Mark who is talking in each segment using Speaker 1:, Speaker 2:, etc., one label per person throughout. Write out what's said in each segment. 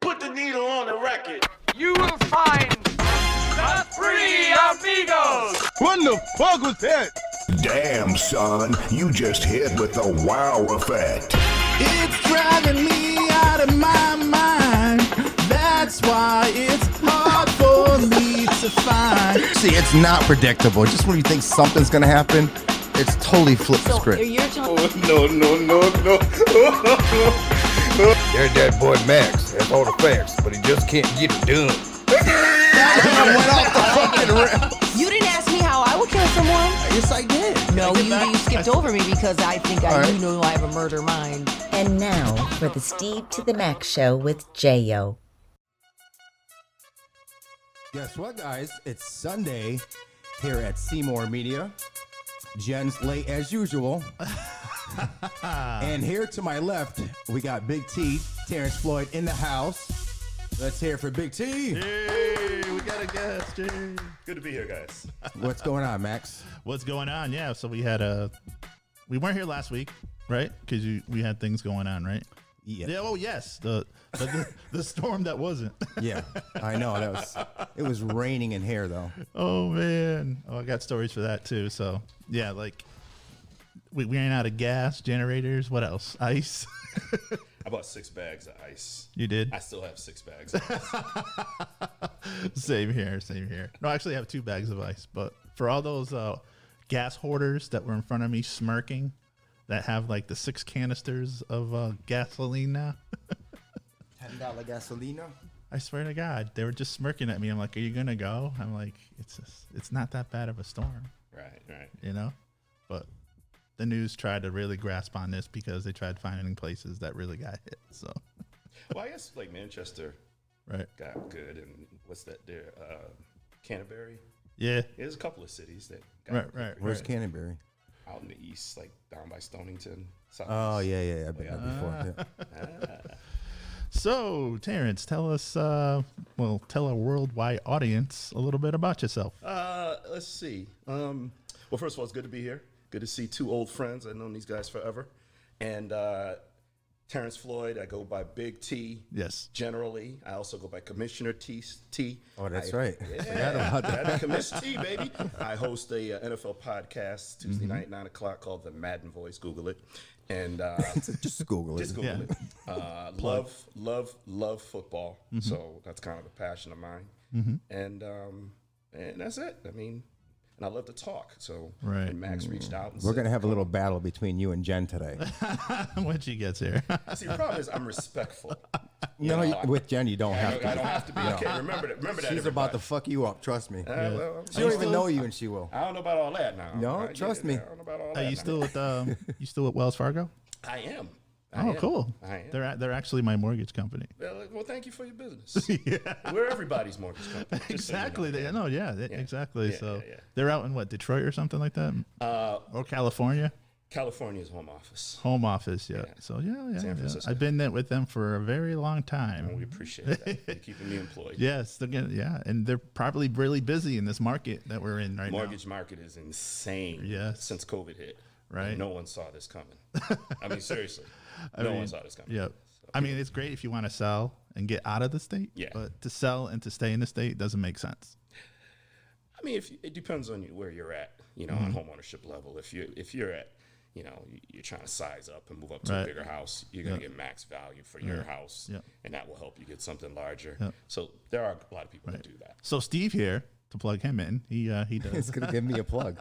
Speaker 1: put the needle on the record.
Speaker 2: You will find the three amigos.
Speaker 3: What the fuck was that?
Speaker 4: Damn, son, you just hit with the wow effect.
Speaker 5: It's driving me out of my mind. That's why it's hard for me to find.
Speaker 3: See, it's not predictable. Just when you think something's gonna happen, it's totally flipped the
Speaker 6: So
Speaker 3: script.
Speaker 6: you're telling
Speaker 7: There's that boy Max. That's all the facts, but he just can't get it done.
Speaker 3: I went off the fucking rail.
Speaker 6: you didn't ask me how I would kill someone.
Speaker 3: Yes, I did.
Speaker 6: No, you, you skipped over me because I think
Speaker 3: All
Speaker 6: I do know I have a murder mind.
Speaker 8: And now for the Steve to the Max show with J.O.
Speaker 5: Guess what, guys? It's Sunday here at Seymour Media. Jen's late as usual. and here to my left, we got Big T, Terrence Floyd in the house. Let's hear it for Big T.
Speaker 9: Hey, we got a guest. Hey. Good to be here, guys.
Speaker 5: What's going on, Max?
Speaker 9: What's going on? Yeah, so we had a we weren't here last week, right? Because you we had things going on, right? Yeah. Oh yes, the the, the, the storm that wasn't.
Speaker 5: Yeah, I know that was. It was raining in here though.
Speaker 9: Oh man. Oh, I got stories for that too. So yeah, like we, we ran out of gas, generators. What else? Ice.
Speaker 10: I bought six bags of ice.
Speaker 9: You did.
Speaker 10: I still have six bags. Of ice.
Speaker 9: Same here. Same here. No, I actually have two bags of ice. But for all those uh, gas hoarders that were in front of me smirking, that have like the six canisters of uh, gasoline now,
Speaker 5: Ten dollar gasolina.
Speaker 9: I swear to God, they were just smirking at me. I'm like, "Are you gonna go?" I'm like, "It's just, it's not that bad of a storm,
Speaker 10: right, right.
Speaker 9: you know." But the news tried to really grasp on this because they tried finding places that really got hit. So
Speaker 10: Well, I guess like Manchester
Speaker 9: right,
Speaker 10: got good, and what's that there? Uh, Canterbury.
Speaker 9: yeah,
Speaker 10: There's a couple of cities that got
Speaker 9: right, right.
Speaker 5: Where's
Speaker 9: right.
Speaker 5: Canterbury?
Speaker 10: out in the east, like down by Stonington. South.
Speaker 5: Oh yeah, yeah, yeah. I've been there before. yeah.
Speaker 9: So, Terrence, tell us, uh, well, tell our worldwide audience a little bit about yourself.
Speaker 10: Uh, let's see. Um, well, first of all, it's good to be here. Good to see two old friends. I've known these guys forever. And uh, Terrence Floyd, I go by Big T.
Speaker 9: Yes.
Speaker 10: Generally, I also go by Commissioner T. T.
Speaker 5: Oh, that's
Speaker 10: I-
Speaker 5: right.
Speaker 10: Yeah,
Speaker 5: Forgot about that.
Speaker 10: that's Commissioner T, baby. I host a uh, NFL podcast Tuesday
Speaker 5: Mm-hmm.
Speaker 10: night, nine o'clock, called The Madden Voice. Google it, and uh,
Speaker 5: Just Google it.
Speaker 10: just Google it. Uh, love, love, love football.
Speaker 5: Mm-hmm.
Speaker 10: So that's kind of a passion of mine, and um, and that's it. I mean, and I love to talk. So
Speaker 9: Right.
Speaker 10: and Max reached out. And
Speaker 5: Mm. We're
Speaker 10: said-
Speaker 5: gonna have a little battle between you and Jen today.
Speaker 9: when she gets here.
Speaker 10: See, the problem is I'm respectful. You
Speaker 5: No,
Speaker 10: know,
Speaker 5: you-
Speaker 10: I-
Speaker 5: with Jen you don't
Speaker 10: I
Speaker 5: have
Speaker 10: don't, I don't
Speaker 5: to.
Speaker 10: have to be. Okay, remember that. Remember that.
Speaker 5: She's about to
Speaker 10: everybody.
Speaker 5: fuck you up. Trust me.
Speaker 10: Uh, well,
Speaker 5: She don't even know you, and she will.
Speaker 10: I don't know about all that now.
Speaker 5: No,
Speaker 10: I- yeah,
Speaker 5: trust me.
Speaker 10: I don't know about all
Speaker 9: Are
Speaker 10: that.
Speaker 9: you
Speaker 10: now.
Speaker 9: still with um, you still at Wells Fargo?
Speaker 10: I am. I
Speaker 9: Oh,
Speaker 10: am.
Speaker 9: cool.
Speaker 10: I am.
Speaker 9: They're a- they're actually my mortgage company.
Speaker 10: Well, well, thank you for your business. We're everybody's mortgage company. just so you know.
Speaker 9: Exactly. They, no, yeah, they- exactly.
Speaker 10: Yeah,
Speaker 9: so
Speaker 10: yeah, yeah.
Speaker 9: they're out in what Detroit or something like that,
Speaker 10: Uh,
Speaker 9: or California
Speaker 10: California's home office.
Speaker 9: home office. Yeah. So yeah, yeah,
Speaker 10: San
Speaker 9: yeah.
Speaker 10: Francisco.
Speaker 9: I've been there with them for a very long
Speaker 10: We
Speaker 9: time.
Speaker 10: appreciate that. You're keeping me employed.
Speaker 9: Yes, they're gonna, yeah, and they're probably really busy in this market that we're in right
Speaker 10: Mortgage market is insane.
Speaker 9: Yes.
Speaker 10: Since COVID hit.
Speaker 9: Right.
Speaker 10: No one saw this coming. I mean, seriously. no one saw this coming.
Speaker 9: now. Yep. I mean, it's great if you want to sell and get out of the state.
Speaker 10: Yeah.
Speaker 9: But to sell and to stay in the state doesn't make sense.
Speaker 10: I mean, if it depends on you, where you're at, you know,
Speaker 5: Mm-hmm.
Speaker 10: on home ownership level. If you if you're at, you know, you- you're trying to size up and move up to
Speaker 9: Right.
Speaker 10: a bigger house, you're gonna get max value for your house,
Speaker 9: Yeah.
Speaker 10: and that will help you get something larger. So there are a lot of people that do that.
Speaker 9: So Steve here to plug him in. He uh, he
Speaker 5: It's
Speaker 9: does
Speaker 5: gonna give me a plug.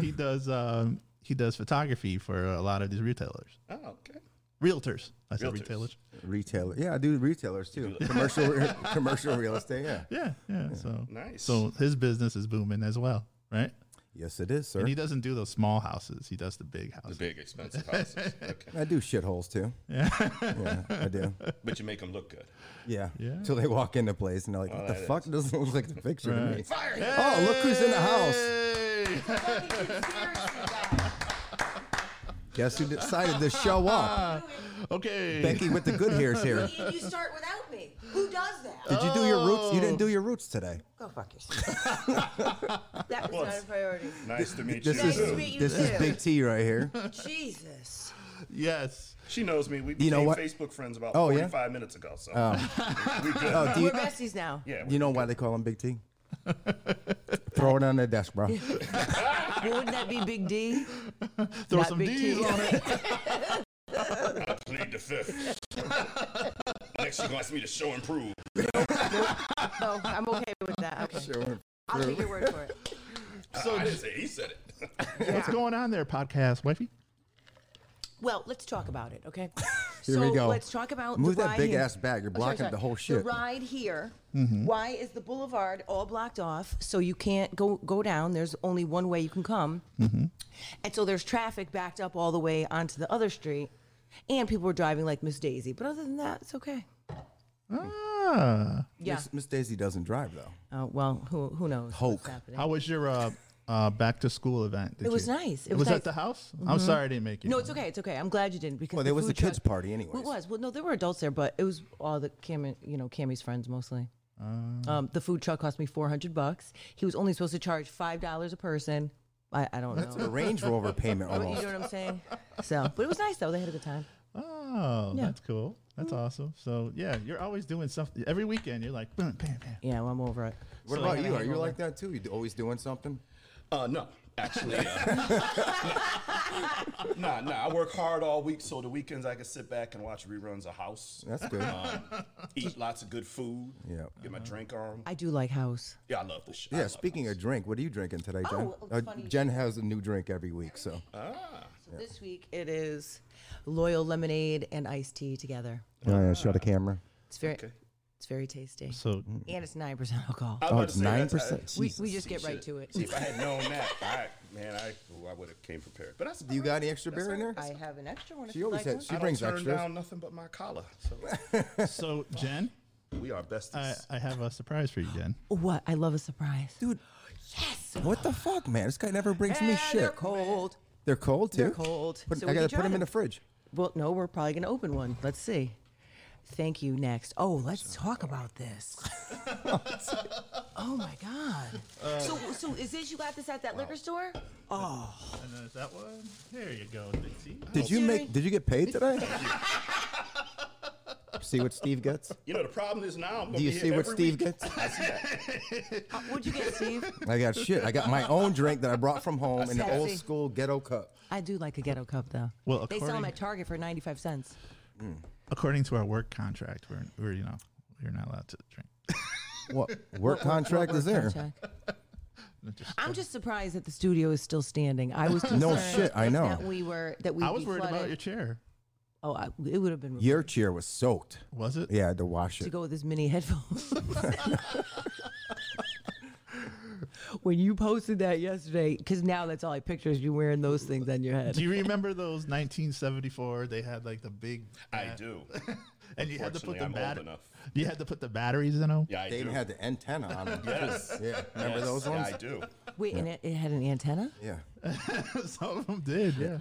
Speaker 9: he does um, he does photography for a lot of these retailers,
Speaker 10: Oh, okay.
Speaker 9: realtors. I said
Speaker 10: Realtors.
Speaker 9: retailers.
Speaker 5: Retailer. Yeah, I do retailers too. Commercial, commercial real estate. Yeah.
Speaker 9: Yeah, yeah. So
Speaker 10: Nice.
Speaker 9: So his business is booming as well, right?
Speaker 5: Yes, it is, sir.
Speaker 9: And he doesn't do those small houses. He does the big
Speaker 10: The
Speaker 9: houses.
Speaker 10: big expensive houses. Okay.
Speaker 5: I do shitholes too. Yeah. I do.
Speaker 10: But you make them look good.
Speaker 5: Yeah. Oh, Till they walk into place and they're like, "What the
Speaker 10: that
Speaker 5: fuck? Doesn't look like the picture to me."
Speaker 10: Fire!
Speaker 5: Oh, look who's in the house!
Speaker 9: Hey!
Speaker 5: Guess who decided to show up?
Speaker 9: okay.
Speaker 5: Becky with the good hair's here.
Speaker 6: And you start without me. Who does that?
Speaker 5: Did you do your roots? You didn't do your roots today.
Speaker 6: Go fuck yourself. that was not a priority.
Speaker 10: Nice to meet
Speaker 5: This
Speaker 10: you.
Speaker 6: Nice to
Speaker 10: too.
Speaker 6: meet you
Speaker 5: This is
Speaker 6: too.
Speaker 5: Big T right here.
Speaker 6: Jesus.
Speaker 9: Yes.
Speaker 10: She knows me. We became
Speaker 5: You know what?
Speaker 10: Facebook friends about
Speaker 5: Oh, yeah?
Speaker 10: 45 minutes ago. So we good.
Speaker 5: Oh, do
Speaker 6: We're
Speaker 5: you,
Speaker 6: besties now.
Speaker 10: yeah.
Speaker 5: you know why they call him Big T? Throw it on the desk, bro.
Speaker 6: Wouldn't that be Big D?
Speaker 9: Throw
Speaker 6: Not
Speaker 9: some
Speaker 6: Big
Speaker 9: D's
Speaker 6: T.
Speaker 9: on it.
Speaker 10: plead the fifth. Next, she wants me to show and prove.
Speaker 6: Oh, I'm okay with that. Okay. I'll take your word for it.
Speaker 10: So I didn't say he said it.
Speaker 9: What's going on there, podcast wifey?
Speaker 6: Well, let's talk about it, okay?
Speaker 5: Here
Speaker 6: so
Speaker 5: we go.
Speaker 6: Let's talk about
Speaker 5: Move
Speaker 6: the
Speaker 5: that
Speaker 6: ride
Speaker 5: big
Speaker 6: here.
Speaker 5: ass back. You're
Speaker 6: Oh, sorry,
Speaker 5: blocking
Speaker 6: sorry.
Speaker 5: the whole shit. Mm-hmm.
Speaker 6: The ride here. Why is the boulevard all blocked off so you can't go go down? There's only one way you can come,
Speaker 5: Mm-hmm.
Speaker 6: and so there's traffic backed up all the way onto the other street, and people are driving like Miss Daisy. But other than that, it's okay.
Speaker 9: Ah,
Speaker 6: Yeah.
Speaker 5: Miss, Oh, Miss Daisy doesn't drive though.
Speaker 6: Uh, well, who who knows
Speaker 5: Hoke.
Speaker 6: what's happening?
Speaker 9: how was your uh, uh, back to school event? Did
Speaker 6: It was
Speaker 9: you-
Speaker 6: nice. It was
Speaker 9: was at
Speaker 6: nice. Mm-hmm.
Speaker 9: the house. I'm sorry I didn't make it.
Speaker 6: No, it's okay. It's okay. I'm glad you didn't because
Speaker 5: Well,
Speaker 6: the
Speaker 5: there was the
Speaker 6: food
Speaker 5: kids'
Speaker 6: truck-
Speaker 5: party anyways.
Speaker 6: Well, It was. Well, no, there were adults there, but it was all the Cam, you know, Cammy's friends mostly.
Speaker 5: Oh.
Speaker 6: um, the food truck cost me four hundred bucks. He was only supposed to charge five dollars a person. I, I don't
Speaker 5: The
Speaker 6: know.
Speaker 5: Range Rover payment
Speaker 6: But Oh, you
Speaker 5: almost.
Speaker 6: know what I'm saying? So, but it was nice though. They had a good time.
Speaker 9: Oh,
Speaker 6: Yeah. Mm.
Speaker 9: that's cool. That's awesome. So yeah, you're always doing something. Every weekend, you're like, bam, bam, bam.
Speaker 6: Yeah, well, I'm over it.
Speaker 5: What about you? Are you like that too? You d- always doing something?
Speaker 10: Uh, no, actually. Uh, nah, nah. I work hard all week, so the weekends I can sit back and watch reruns of House,
Speaker 5: That's good.
Speaker 6: Uh,
Speaker 10: eat lots of good food,
Speaker 5: Yeah.
Speaker 10: get my drink on.
Speaker 6: I do like house.
Speaker 10: Yeah, I love this shit. I
Speaker 5: Yeah,
Speaker 10: love
Speaker 5: speaking of drink, what are you drinking today, Jen? Uh,
Speaker 6: Oh, it's funny.
Speaker 5: Jen has a new drink every week, so
Speaker 6: This week it is loyal lemonade and iced tea together.
Speaker 5: oh, yeah, show the camera.
Speaker 6: It's very, it's very tasty,
Speaker 9: So
Speaker 6: and it's nine percent alcohol.
Speaker 10: I was about
Speaker 5: Oh,
Speaker 10: to
Speaker 5: it's
Speaker 10: say,
Speaker 5: 9%.
Speaker 10: that's- I-
Speaker 6: we, we just get right
Speaker 10: shit.
Speaker 6: to it.
Speaker 10: See, if I had known that, I, man, I, ooh, I would have came prepared. But that's
Speaker 5: Do you
Speaker 10: all right.
Speaker 5: got any extra beer in there?
Speaker 6: I have an extra one. if
Speaker 5: She
Speaker 6: you'd like
Speaker 5: always had-
Speaker 6: one.
Speaker 5: she
Speaker 10: I
Speaker 5: brings
Speaker 10: don't turn
Speaker 5: extras.
Speaker 10: down nothing but my collar. So
Speaker 9: so Jen,
Speaker 10: we are besties.
Speaker 9: I, I have a surprise for you, Jen.
Speaker 6: What? I love a surprise.
Speaker 5: Dude,
Speaker 6: Yes.
Speaker 5: what the fuck, man? This guy never brings me
Speaker 6: And
Speaker 5: shit.
Speaker 6: They're cold.
Speaker 5: They're cold too.
Speaker 6: They're cold.
Speaker 5: Put-
Speaker 6: So
Speaker 5: I
Speaker 6: we
Speaker 5: gotta
Speaker 6: can
Speaker 5: put them
Speaker 6: try
Speaker 5: in the
Speaker 6: them.
Speaker 5: fridge.
Speaker 6: Well, no, we're probably gonna open one. Let's see. Thank you. Next. Oh, let's talk about this. oh my God.
Speaker 9: Uh,
Speaker 6: so, so is this you got this at that liquor store? Uh,
Speaker 9: And then that one. There you go, Dixie.
Speaker 5: Did you
Speaker 6: Jerry.
Speaker 5: make? Did you get paid today? See what Steve gets.
Speaker 10: you know, the problem is now. I'm gonna
Speaker 5: Do you
Speaker 10: be here
Speaker 5: see what
Speaker 10: every
Speaker 5: Steve
Speaker 10: week.
Speaker 5: gets?
Speaker 6: Uh, What'd you get, Steve?
Speaker 5: I got shit. I got my own drink that I brought from home in an old
Speaker 6: Sassy.
Speaker 5: school ghetto cup.
Speaker 6: I do like a ghetto cup though.
Speaker 9: Well,
Speaker 6: they sell them
Speaker 9: according-
Speaker 6: at Target for ninety-five cents.
Speaker 9: According to our work contract, we're, we're you know we're not allowed to drink.
Speaker 5: What work contract is there?
Speaker 6: Check. I'm just surprised that the studio is still standing. I was
Speaker 5: No
Speaker 6: concerned
Speaker 5: shit, I know.
Speaker 6: that we were that we.
Speaker 9: I was worried about your chair.
Speaker 6: Oh, I, it would have been
Speaker 5: Your chair was soaked.
Speaker 9: Was it?
Speaker 5: Yeah, I had to wash
Speaker 6: to
Speaker 5: it.
Speaker 6: go with his mini headphones. when you posted that yesterday, because now that's all I picture is you wearing those things on your head.
Speaker 9: Do you remember those 1974? They had like the big.
Speaker 10: I
Speaker 9: bat-
Speaker 10: do.
Speaker 9: And you had to put
Speaker 10: Fortunately,
Speaker 9: the
Speaker 10: I'm old
Speaker 9: bat-
Speaker 10: enough.
Speaker 9: You had to put the batteries in them.
Speaker 10: Yeah, I
Speaker 5: They
Speaker 10: do.
Speaker 5: even had the antenna on them.
Speaker 10: Yes.
Speaker 5: Yeah, remember
Speaker 10: Yes,
Speaker 5: those
Speaker 10: yeah,
Speaker 5: ones?
Speaker 10: I do.
Speaker 6: Wait, and it, it had an antenna?
Speaker 5: Yeah,
Speaker 9: Some of them did. Yeah.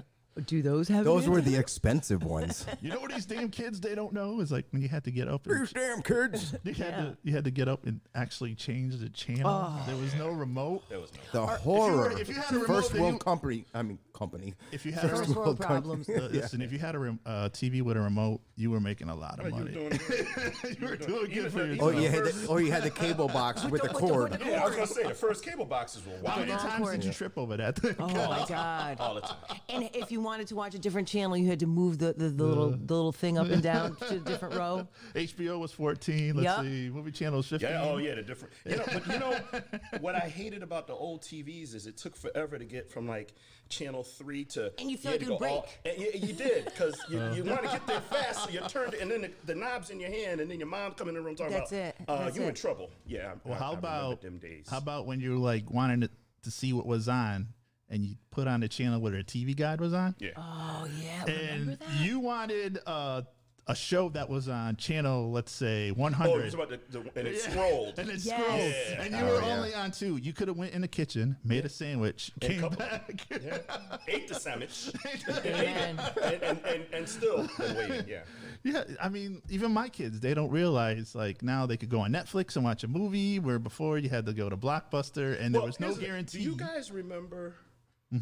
Speaker 6: Do those have? an
Speaker 5: those were the
Speaker 6: antenna?
Speaker 5: expensive ones.
Speaker 9: You know what these damn kids they don't know is like when you had to get up and
Speaker 5: damn kids.
Speaker 9: you had to you had to get up and actually change the channel.
Speaker 6: Oh.
Speaker 9: There was no remote.
Speaker 10: There was no.
Speaker 5: The horror.
Speaker 9: if you had a remote
Speaker 5: First
Speaker 9: that
Speaker 5: world
Speaker 9: you-
Speaker 5: company. I mean company.
Speaker 9: If you had a
Speaker 6: First
Speaker 9: remote,
Speaker 6: world problems.
Speaker 9: uh, listen, if you had a rem- uh, TV with a remote, you were making a lot of
Speaker 10: You were
Speaker 9: money.
Speaker 10: doing good.
Speaker 9: you were doing good for
Speaker 5: Oh
Speaker 9: yourself.
Speaker 5: yeah, had the, or you had the cable box with the cord.
Speaker 10: Yeah, I was gonna say the first cable boxes were
Speaker 9: How many
Speaker 10: wild
Speaker 9: times did you trip over that? thing?
Speaker 6: Oh my god!
Speaker 10: all the time.
Speaker 6: And if you wanted to watch a different channel, you had to move the, the, the little the little thing up and down to a different row.
Speaker 9: HBO was 14. Let's
Speaker 6: Yep.
Speaker 9: see, movie channel was 15.
Speaker 10: Yeah. Oh yeah, the different. You know, but you know what I hated about the old TVs is it took forever to get from like channel three to.
Speaker 6: And you feel
Speaker 10: had
Speaker 6: like
Speaker 10: to
Speaker 6: you
Speaker 10: go all-
Speaker 6: break.
Speaker 10: and you, you did because you,
Speaker 9: Uh-huh.
Speaker 10: you want to get there fast, so you turned it, and then the, the knobs in your hand, and then your mom coming in the room talking
Speaker 6: That's
Speaker 10: about,
Speaker 6: it,
Speaker 10: "Uh,
Speaker 6: that's
Speaker 10: you in
Speaker 6: it.
Speaker 10: trouble." Yeah. I-
Speaker 9: Well,
Speaker 10: I- I
Speaker 9: how
Speaker 10: remember
Speaker 9: about
Speaker 10: them days?
Speaker 9: how about when you like wanted to, to see what was on, and you put on the channel where the TV guide was on,
Speaker 10: yeah.
Speaker 6: Oh yeah,
Speaker 9: and you wanted uh, a show that was on channel, let's say 100.
Speaker 10: Oh, it was about the, the and it scrolled.
Speaker 9: and it
Speaker 6: Yes.
Speaker 9: scrolled.
Speaker 10: Yeah.
Speaker 9: And you were only on two. You could have went in the kitchen, made a sandwich, came
Speaker 10: couple.
Speaker 9: back.
Speaker 10: ate the sandwich,
Speaker 6: man.
Speaker 10: and, and, and, and still been waiting. Yeah.
Speaker 9: yeah, I mean, even my kids, they don't realize like now they could go on Netflix and watch a movie where before you had to go to Blockbuster and there was no
Speaker 10: here's the-
Speaker 9: guarantee.
Speaker 10: Do you guys
Speaker 11: Mm-hmm.
Speaker 10: E remember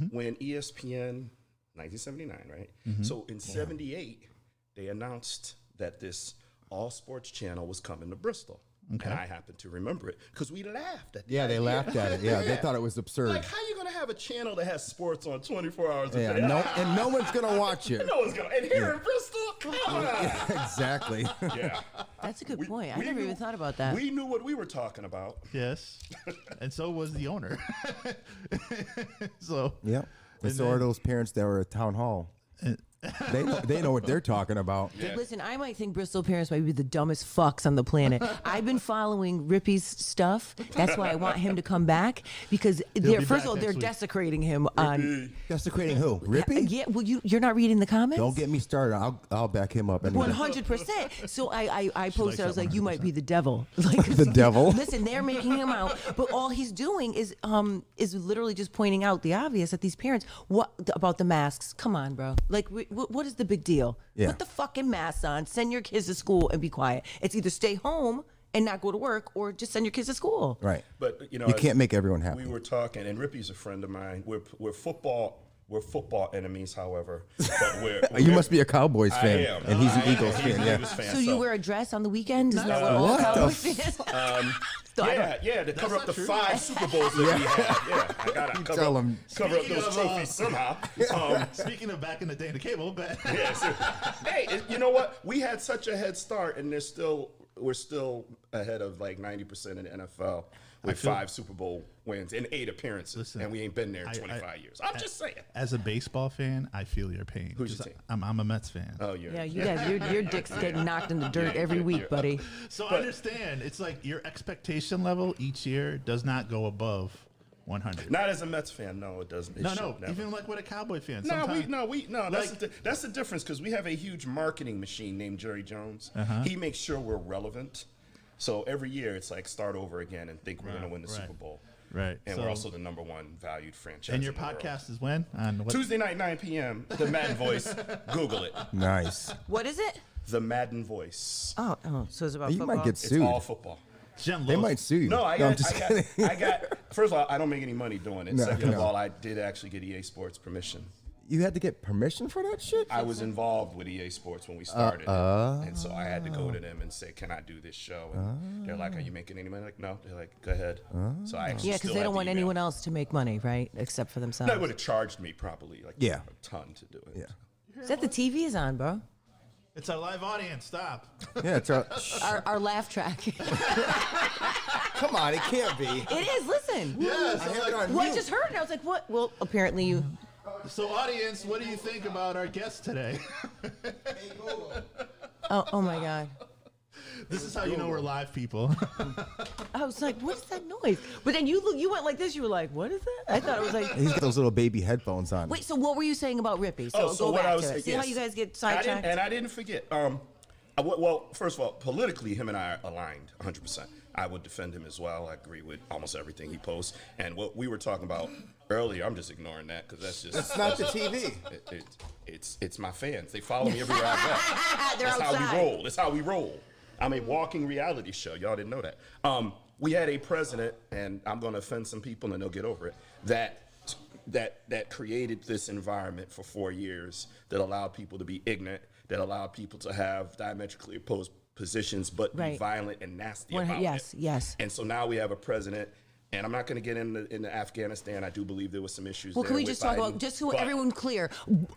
Speaker 10: when ESPN, 1979, right? So in 78, they announced that this all sports channel was coming to Bristol. And I happened to remember it because we laughed at the
Speaker 11: Yeah, they
Speaker 10: idea.
Speaker 11: laughed at it. Yeah, they thought it was absurd.
Speaker 10: Like, how you gonna have a channel that has sports on 24 hours a
Speaker 11: yeah,
Speaker 10: day?
Speaker 11: no, and no one's gonna watch it.
Speaker 10: no one's gonna. And here in Bristol, come on.
Speaker 11: exactly.
Speaker 10: yeah,
Speaker 6: That's a good point. I
Speaker 10: we
Speaker 6: never
Speaker 10: knew-
Speaker 6: even thought about that.
Speaker 10: we knew what we were talking about.
Speaker 9: Yes. and so was the owner. so
Speaker 11: Yep. And so are those parents that were at town hall. they know, they know what they're talking about.
Speaker 6: Listen, I might think Bristol parents might be the dumbest fucks on the planet. I've been following Rippy's stuff. That's why I want him to come back because they're
Speaker 9: be
Speaker 6: first
Speaker 9: back
Speaker 6: of all they're
Speaker 9: next week.
Speaker 6: desecrating him on.
Speaker 11: Desecrating who? Rippy?
Speaker 6: Yeah, well, you you're not reading the comments.
Speaker 11: Don't get me started. I'll I'll back him up. any
Speaker 6: One
Speaker 11: day.
Speaker 6: hundred percent. So I, I, I
Speaker 9: likes
Speaker 6: posted. I was
Speaker 9: that
Speaker 6: like, you might be the devil. Like
Speaker 11: The devil.
Speaker 6: Listen, they're making him out, but all he's doing is um is literally just pointing out the obvious that these parents what about the masks? Come on, bro. Like, wh- wh- what is the big deal?
Speaker 11: Yeah.
Speaker 6: Put the fucking masks on. Send your kids to school and be quiet. It's either stay home and not go to work, or just send your kids to school.
Speaker 11: Right.
Speaker 10: But you know,
Speaker 11: You
Speaker 10: as
Speaker 11: can't make everyone happy.
Speaker 10: We were talking, and Rippy's a friend of mine. We're we're football we're football enemies, however. But we're,
Speaker 11: you
Speaker 10: we're-
Speaker 11: must be a Cowboys
Speaker 10: I
Speaker 11: fan,
Speaker 10: am.
Speaker 11: and he's
Speaker 10: I
Speaker 11: an
Speaker 10: am.
Speaker 11: Eagles
Speaker 10: He's an
Speaker 11: fan. Yeah.
Speaker 10: Eagles fan,
Speaker 6: So you wear a dress on the weekend? Isn't that what all
Speaker 11: What the Um,
Speaker 6: college is?
Speaker 10: Yeah, yeah, to cover up the five Super Bowls that he had. Yeah, I gotta cover,
Speaker 11: tell
Speaker 10: up,
Speaker 11: him.
Speaker 10: cover up
Speaker 9: Speaking
Speaker 10: those
Speaker 9: of, uh,
Speaker 10: trophies somehow. Um,
Speaker 9: speaking of back in the day in the cable, but
Speaker 10: yeah, so- hey, it- you know what? We had such a head start, and there's still we're still ahead of like 90 percent of the NFL with
Speaker 9: feel-
Speaker 10: five Super Bowl wins and eight appearances,
Speaker 9: Listen,
Speaker 10: and we ain't been there in
Speaker 9: I- I-
Speaker 10: 25 years. I'm just saying.
Speaker 9: as a baseball fan, I feel your pain.
Speaker 10: Who's your
Speaker 9: 'cause
Speaker 10: team?
Speaker 9: I'm, I'm a Mets fan.
Speaker 10: Oh, you're
Speaker 6: Yeah, you guys, your, your dick's getting knocked in the dirt every week, buddy.
Speaker 9: so I understand. It's like your expectation level each year does not go above 100.
Speaker 10: Not as a Mets fan, no, it doesn't. It
Speaker 9: no,
Speaker 10: should
Speaker 9: no.
Speaker 10: never.
Speaker 9: Even like with a Cowboy fan.
Speaker 10: no, we,
Speaker 9: sometimes-
Speaker 10: no, we, no. That's
Speaker 9: Like-
Speaker 10: the, di- that's the difference because we have a huge marketing machine named Jerry Jones.
Speaker 9: Uh-huh.
Speaker 10: He makes sure we're relevant. So every year it's like start over again and think we're going to win the
Speaker 9: right.
Speaker 10: Super Bowl.
Speaker 9: Right,
Speaker 10: And
Speaker 9: so-
Speaker 10: we're also the number one valued franchise.
Speaker 9: And your
Speaker 10: in the world.
Speaker 9: podcast is when? On what?
Speaker 10: Tuesday night, 9 p.m. The Madden Voice. Google it.
Speaker 11: Nice.
Speaker 6: What is it?
Speaker 10: The Madden Voice.
Speaker 6: Oh, oh, so it's about
Speaker 11: You
Speaker 6: football.
Speaker 11: might get
Speaker 10: It's
Speaker 11: sued.
Speaker 10: all football.
Speaker 9: Jen
Speaker 11: They
Speaker 9: Lowe-
Speaker 11: might sue you.
Speaker 10: No, I got,
Speaker 11: am just
Speaker 10: I,
Speaker 11: kidding.
Speaker 10: got, I got. First of all, I don't make any money doing it.
Speaker 11: No,
Speaker 10: Second
Speaker 11: no.
Speaker 10: of all, I did actually get EA Sports permission.
Speaker 11: you had to get permission for that shit.
Speaker 10: I was involved with EA Sports when we started, it.
Speaker 11: Uh-huh.
Speaker 10: and so I had to go to them and say, "Can I do this show?" And they're like, "Are you making any money?" like, no. They're like, "Go ahead."
Speaker 11: Uh-huh.
Speaker 10: so I actually
Speaker 6: Yeah, because
Speaker 10: still
Speaker 6: they
Speaker 10: had
Speaker 6: don't
Speaker 10: to
Speaker 6: want
Speaker 10: email.
Speaker 6: anyone else to make money, right? Except for themselves.
Speaker 10: No, they would have charged me probably like
Speaker 11: Yeah.
Speaker 10: a ton to do it.
Speaker 11: Yeah.
Speaker 6: Is that the TV is on, bro?
Speaker 9: It's our live audience. Stop.
Speaker 11: yeah, it's a,
Speaker 6: Our, our laugh track. it
Speaker 11: come on, it can't be.
Speaker 6: is. Listen.
Speaker 9: Yes.
Speaker 11: I had it on
Speaker 6: Well, I
Speaker 11: mute.
Speaker 6: just heard, and I was like, "What?" Well, apparently you.
Speaker 9: So, audience, what do you think about our guest today?
Speaker 6: Oh, oh my God.
Speaker 9: this is how you know we're live people.
Speaker 6: I was like, "What is that noise?" But then you look, you went like this. You were like, "What is that?" I thought it was like.
Speaker 11: He's got those little baby headphones on.
Speaker 6: Wait, so what were you saying about Rippy?
Speaker 10: Oh,
Speaker 6: So, go back to it. See how
Speaker 10: yes.
Speaker 6: you guys get
Speaker 10: I didn't-
Speaker 6: sidetracked?
Speaker 10: and I didn't forget. Um, I w- well, first of all, politically, him and I are aligned 100. percent I would defend him as well. I agree with almost everything he posts. And what we were talking about earlier, I'm just ignoring that because that's just
Speaker 11: It's not the TV.
Speaker 10: it, it, it's it's my fans. They follow me everywhere I go.
Speaker 6: They're
Speaker 10: That's how
Speaker 6: outside.
Speaker 10: we roll. That's how we roll. I'm a walking reality show. Y'all didn't know that. Um, we had a president, and I'm going to offend some people, and they'll get over it. That that that created this environment for four years that allowed people to be ignorant, that allowed people to have diametrically opposed positions, but be
Speaker 6: Right.
Speaker 10: violent and nasty
Speaker 6: One-
Speaker 10: about
Speaker 6: yes,
Speaker 10: it.
Speaker 6: yes.
Speaker 10: And so now we have a president. And I'm not going to get into, into Afghanistan. I do believe there was some issues.
Speaker 6: Well,
Speaker 10: there
Speaker 6: can we
Speaker 10: with
Speaker 6: just talk
Speaker 10: Biden,
Speaker 6: about just so
Speaker 10: but- Oh,
Speaker 6: everyone clear?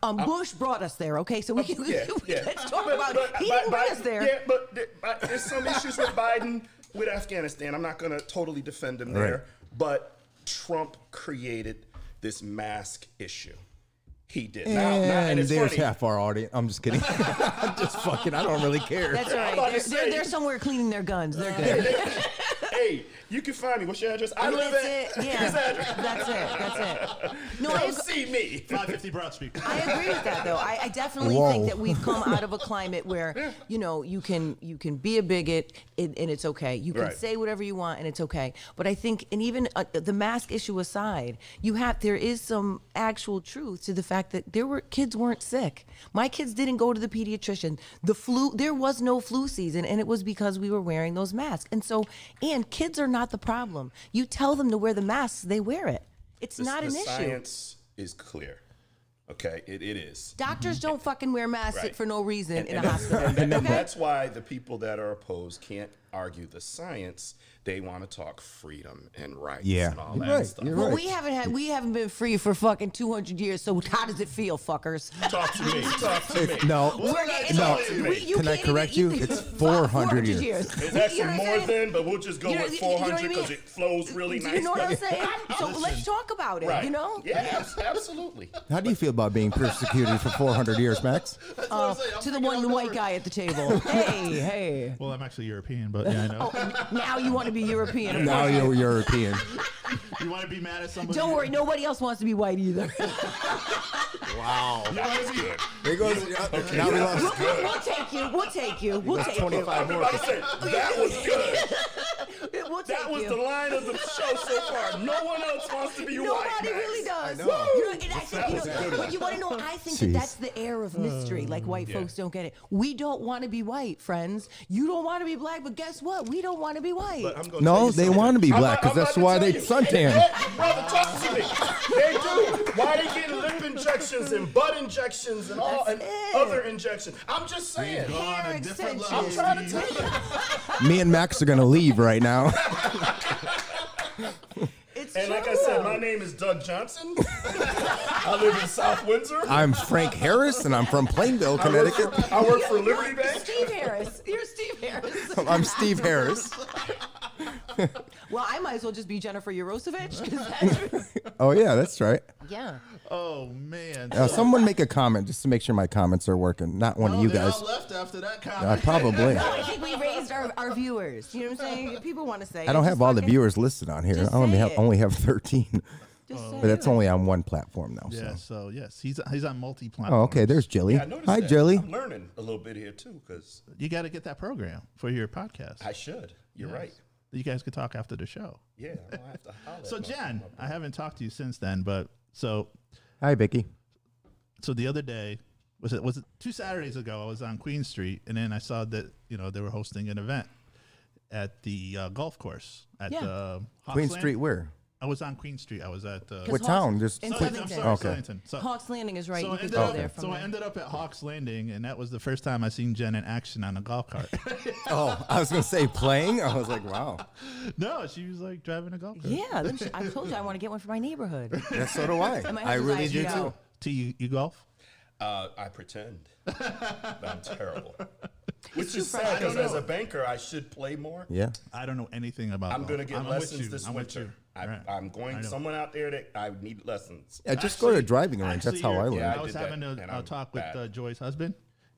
Speaker 6: Um, Bush brought us there, okay? So we can
Speaker 10: yeah,
Speaker 6: we
Speaker 10: yeah.
Speaker 6: can talk
Speaker 10: But-
Speaker 6: about
Speaker 10: but-
Speaker 6: he
Speaker 10: but-
Speaker 6: didn't bring
Speaker 10: but-
Speaker 6: us there.
Speaker 10: Yeah, but, there- but there's some issues with Biden, with Afghanistan. I'm not going to totally defend him there, but Trump created this mask issue. He did.
Speaker 11: And,
Speaker 10: now, now,
Speaker 5: Eh,
Speaker 10: and it's
Speaker 11: there's
Speaker 10: funny.
Speaker 11: half our audience. I'm just kidding. I'm just fucking. I don't really care.
Speaker 6: That's all right.
Speaker 10: about to
Speaker 6: They're, they're,
Speaker 10: say-
Speaker 6: they're somewhere cleaning their guns. They're good.
Speaker 10: hey, you can find me. What's your address? I live
Speaker 6: That's
Speaker 10: at.
Speaker 6: it. Yeah.
Speaker 10: His address.
Speaker 6: That's it. That's it. No, I,
Speaker 10: Come
Speaker 6: ag-
Speaker 10: see me.
Speaker 9: 550 Broad Street.
Speaker 6: I agree with that though. I, I definitely
Speaker 11: Whoa.
Speaker 6: think that we've come out of a climate where you know you can you can be a bigot and, and it's okay. You can
Speaker 10: Right.
Speaker 6: say whatever you want and it's okay. But I think and even uh, the mask issue aside, you have there is some actual truth to the fact that there were kids weren't sick. My kids didn't go to the pediatrician. The flu there was no flu season and it was because we were wearing those masks. And so and kids are not the problem. You tell them to wear the masks, they wear it. It's
Speaker 10: The-
Speaker 6: not
Speaker 10: the
Speaker 6: an issue.
Speaker 10: science is clear. Okay, it, it is.
Speaker 6: Doctors don't fucking wear masks
Speaker 10: Right.
Speaker 6: for no reason in
Speaker 10: and-
Speaker 6: a hospital.
Speaker 10: and
Speaker 6: okay?
Speaker 10: that's why the people that are opposed can't argue the science. They want to talk freedom and rights
Speaker 5: Yeah.
Speaker 10: and all
Speaker 5: You're
Speaker 10: that
Speaker 5: right,
Speaker 10: stuff.
Speaker 5: you're
Speaker 6: Well,
Speaker 5: right.
Speaker 6: we haven't had we haven't been free for fucking 200 years. So how does it feel, fuckers?
Speaker 10: Talk to me. Talk to me.
Speaker 5: No.
Speaker 10: What
Speaker 6: We're
Speaker 10: did I
Speaker 6: getting-
Speaker 10: tell
Speaker 5: no.
Speaker 10: you?
Speaker 6: we- you
Speaker 5: Can I
Speaker 6: can't even
Speaker 5: correct
Speaker 6: eat
Speaker 5: you?
Speaker 6: the-
Speaker 5: It's 400 years.
Speaker 10: It's
Speaker 6: You
Speaker 10: actually
Speaker 6: know what I'm
Speaker 10: more
Speaker 6: saying?
Speaker 10: than, but we'll just go
Speaker 6: You know-
Speaker 10: with
Speaker 6: you know what I
Speaker 10: 400 because
Speaker 6: mean?
Speaker 10: it flows really
Speaker 6: Do
Speaker 10: nice.
Speaker 6: you know what I'm
Speaker 10: but-
Speaker 6: saying? So let's talk about it.
Speaker 10: Right.
Speaker 6: You know?
Speaker 10: Yeah, abs- absolutely.
Speaker 5: How do you feel about being persecuted for 400 years, Max?
Speaker 6: Uh, to the one white guy at the table. hey, hey.
Speaker 9: Well, I'm actually European, but yeah, I know.
Speaker 10: Oh,
Speaker 6: Now you want to be European.
Speaker 5: Now you're European.
Speaker 9: You want to be mad at somebody?
Speaker 6: Don't worry, nobody else wants to be white either.
Speaker 10: That's good.
Speaker 5: There goes. Now we
Speaker 6: we'll,
Speaker 5: lost.
Speaker 6: we'll- we'll take you. We'll take you. We'll take you.
Speaker 5: 25 more.
Speaker 10: I said, that was good.
Speaker 6: We'll take
Speaker 10: That was
Speaker 6: you.
Speaker 10: the line of the show so far. No one else wants to be
Speaker 6: Nobody
Speaker 10: white. Max.
Speaker 6: really does.
Speaker 5: know.
Speaker 6: You know, and I think, you know, but you want to know, I think that
Speaker 5: Jeez.
Speaker 6: that's the air of mystery.
Speaker 10: Mm,
Speaker 6: Like white folks don't get it. We don't want to be white, friends. You don't want to be black, but guess what? We don't want to be white.
Speaker 10: But I'm gonna tell
Speaker 5: No,
Speaker 10: you
Speaker 5: they
Speaker 10: something.
Speaker 5: want to be
Speaker 10: I'm
Speaker 5: black
Speaker 10: not-
Speaker 5: because
Speaker 10: I'm
Speaker 5: that's
Speaker 10: about
Speaker 5: why
Speaker 10: to
Speaker 5: they
Speaker 10: tell you.
Speaker 5: suntan.
Speaker 10: Yeah, Brother, talk to me. They do. Why they getting lip injections and butt injections and all and
Speaker 6: That's it.
Speaker 10: other injections? I'm just saying.
Speaker 6: Hair
Speaker 10: I'm
Speaker 6: extensions.
Speaker 10: trying to tell you.
Speaker 5: Me and Max are gonna leave right now.
Speaker 6: It's
Speaker 10: And like I
Speaker 6: true.
Speaker 10: said, my name is Doug Johnson. I live in South Windsor. I,
Speaker 5: I'm Frank Harris, and I'm from Plainville,
Speaker 10: work
Speaker 5: Connecticut.
Speaker 10: for, I work for Liberty Bank.
Speaker 6: Steve Harris. You're Steve Harris.
Speaker 5: I'm Steve Harris.
Speaker 6: Well, I might as well just be Jennifer Yurosevich. 'cause that's-
Speaker 5: Oh yeah, that's right.
Speaker 6: yeah.
Speaker 9: Oh man.
Speaker 5: Uh, someone make a comment just to make sure my comments are working. Not one of you guys.
Speaker 9: left after that
Speaker 5: I probably.
Speaker 6: I think we raised our, our viewers. You know what I'm saying? People want to say.
Speaker 5: I don't
Speaker 6: it,
Speaker 5: have
Speaker 6: just
Speaker 5: all the
Speaker 6: fucking-
Speaker 5: viewers listed on here.
Speaker 6: Just
Speaker 5: I only
Speaker 6: say
Speaker 5: have
Speaker 6: it.
Speaker 5: only have 13,
Speaker 6: Just
Speaker 10: Oh,
Speaker 6: say
Speaker 5: but that's
Speaker 6: it.
Speaker 5: only on one platform now.
Speaker 9: Yeah.
Speaker 5: So.
Speaker 9: So yes, he's he's on multi platforms.
Speaker 5: Oh, okay. There's Jilly.
Speaker 10: Yeah, I noticed
Speaker 5: Hi,
Speaker 10: that.
Speaker 5: Jilly.
Speaker 10: I'm learning a little bit here too, because
Speaker 9: You got to get that program for your podcast.
Speaker 10: I should. You're right.
Speaker 9: you guys could talk after the show.
Speaker 10: Yeah, I'm gonna have to holler.
Speaker 9: So
Speaker 10: at my-
Speaker 9: Jen, I haven't talked to you since then, but so
Speaker 5: Hi, Vicky.
Speaker 9: so the other day was it was it two Saturdays ago? I was on Queen Street, and then I saw that you know they were hosting an event at the uh, golf course at
Speaker 6: Yeah.
Speaker 9: the
Speaker 5: Queen
Speaker 9: Hawksland.
Speaker 5: Street. Where?
Speaker 9: I was at Queen Street. I was at uh,
Speaker 5: What
Speaker 6: Hawks-
Speaker 5: town? Just
Speaker 6: in
Speaker 5: quick.
Speaker 9: Southampton. I'm
Speaker 6: Southampton.
Speaker 9: sorry,
Speaker 5: Okay.
Speaker 9: Southampton. So,
Speaker 6: Hawks Landing is right.
Speaker 9: so
Speaker 6: you
Speaker 9: I
Speaker 6: can
Speaker 9: ended
Speaker 6: go
Speaker 9: up,
Speaker 6: there from
Speaker 9: so I
Speaker 6: there.
Speaker 9: ended up at Hawks Landing, and that was the first time I seen Jen in action on a golf cart.
Speaker 5: Oh, I was gonna say playing. I was like, wow.
Speaker 9: no, she was like driving a golf cart.
Speaker 6: Yeah, let me sh- I told you I want to get one for my neighborhood.
Speaker 5: Yeah, so do I.
Speaker 6: my
Speaker 5: I
Speaker 6: husband's
Speaker 5: really
Speaker 6: eyes
Speaker 5: do
Speaker 6: go.
Speaker 5: too.
Speaker 9: To you, you golf?
Speaker 10: Uh, I pretend. but I'm terrible. Which is
Speaker 6: frustrating.
Speaker 10: sad because as a banker, I should play more.
Speaker 5: Yeah.
Speaker 9: I don't know anything about.
Speaker 10: I'm
Speaker 9: golf.
Speaker 10: going to get
Speaker 9: I'm with
Speaker 10: lessons
Speaker 9: you.
Speaker 10: this
Speaker 9: I'm with
Speaker 10: winter.
Speaker 9: you.
Speaker 10: I,
Speaker 9: Right.
Speaker 10: I'm going
Speaker 9: I know.
Speaker 10: someone out there that I need lessons.
Speaker 5: Yeah, just go to a driving range. That's how
Speaker 9: Actually,
Speaker 5: I learned.
Speaker 10: yeah,
Speaker 9: I was
Speaker 10: did that,
Speaker 9: having
Speaker 10: and
Speaker 9: a, a
Speaker 10: I'm
Speaker 9: talk with
Speaker 10: bad.
Speaker 9: uh, Joy's husband,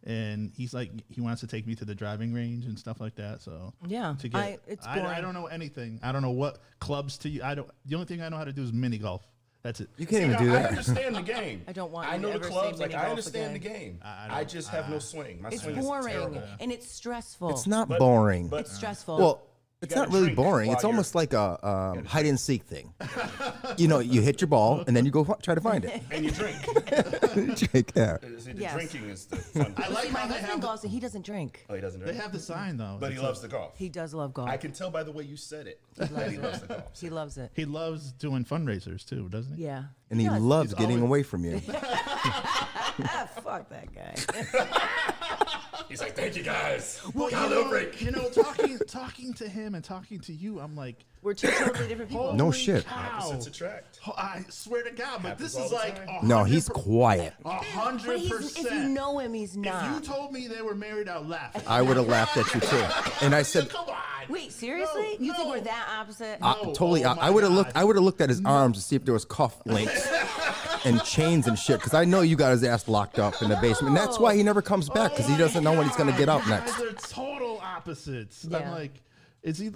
Speaker 9: and he's like, he wants to take me to the driving range and stuff like that. So
Speaker 6: Yeah,
Speaker 9: to get,
Speaker 6: I- it's
Speaker 9: I, I
Speaker 6: boring.
Speaker 9: don't know anything. I don't know what clubs to. u- I don't. The only thing I know how to do is mini golf. That's it.
Speaker 5: You can't
Speaker 10: You
Speaker 5: even
Speaker 10: know,
Speaker 5: do
Speaker 10: I
Speaker 5: that.
Speaker 10: understand the game.
Speaker 6: I don't want
Speaker 10: I
Speaker 6: you
Speaker 10: know
Speaker 6: to
Speaker 10: the
Speaker 6: ever
Speaker 10: clubs.
Speaker 6: see
Speaker 10: Like
Speaker 6: mini
Speaker 10: I
Speaker 6: golf
Speaker 10: understand the
Speaker 6: again.
Speaker 10: game.
Speaker 9: I- I
Speaker 10: I,
Speaker 9: don't- uh,
Speaker 10: just have no swing. My
Speaker 6: It's
Speaker 10: swing is
Speaker 6: boring
Speaker 10: Oh, terrible.
Speaker 6: and it's stressful.
Speaker 5: It's not boring.
Speaker 10: but-
Speaker 6: It's stressful.
Speaker 5: Well, it's
Speaker 10: gotta
Speaker 5: not really
Speaker 10: drink
Speaker 5: boring.
Speaker 10: while
Speaker 5: It's
Speaker 10: you're-
Speaker 5: almost like a um, hide and seek thing. you know, you hit your ball and then you go f- try to find it.
Speaker 10: And you drink.
Speaker 5: Check that.
Speaker 10: See, the
Speaker 6: Yes.
Speaker 10: drinking is the fun.
Speaker 9: I
Speaker 10: part.
Speaker 9: like
Speaker 6: See, my
Speaker 9: how they
Speaker 6: husband
Speaker 9: have.
Speaker 6: golfs and he doesn't drink.
Speaker 10: Oh, he doesn't
Speaker 9: They
Speaker 10: drink.
Speaker 9: have the sign though.
Speaker 10: but he
Speaker 9: It's
Speaker 10: loves
Speaker 9: a-
Speaker 10: the golf.
Speaker 6: He does love golf.
Speaker 10: I can tell by the way you said it that he loves the golf.
Speaker 6: he loves it.
Speaker 9: He loves doing fundraisers too, doesn't he?
Speaker 6: Yeah.
Speaker 5: And he
Speaker 6: does.
Speaker 5: loves getting
Speaker 9: always-
Speaker 5: away from you.
Speaker 6: Ah, fuck that guy.
Speaker 10: He's like, thank you guys.
Speaker 9: Well,
Speaker 10: Got
Speaker 9: you
Speaker 10: a little
Speaker 9: know,
Speaker 10: break.
Speaker 9: you know, talking talking to him and talking to you, I'm like,
Speaker 6: We're two totally different people.
Speaker 5: No
Speaker 9: holy
Speaker 5: shit.
Speaker 9: cow.
Speaker 10: Opposites attract.
Speaker 9: Oh, I swear to God, but this
Speaker 10: all
Speaker 9: is
Speaker 10: the
Speaker 9: like
Speaker 10: time.
Speaker 9: a
Speaker 5: No,
Speaker 9: hundred
Speaker 5: he's
Speaker 9: per-
Speaker 5: quiet.
Speaker 9: a
Speaker 6: But
Speaker 9: hundred
Speaker 6: he's, if you
Speaker 9: percent.
Speaker 6: know him, he's
Speaker 9: If you
Speaker 6: not.
Speaker 9: told me they were married, I'd laugh.
Speaker 5: I would have laughed at you too. And I said,
Speaker 9: Come on.
Speaker 6: Wait, seriously? you think
Speaker 9: no.
Speaker 6: we're that opposite?
Speaker 5: I,
Speaker 9: No,
Speaker 5: totally. I,
Speaker 9: oh
Speaker 5: I
Speaker 9: my
Speaker 5: would have looked.
Speaker 9: God.
Speaker 5: I would have looked at his arms to see if there was cuff links and chains and shit. Because I know you got his ass locked up in the basement. And that's why he never comes back because he
Speaker 9: my
Speaker 5: doesn't know when he's gonna get out
Speaker 9: God,
Speaker 5: next.
Speaker 9: They're total opposites.
Speaker 6: Yeah.
Speaker 9: I'm like, is he?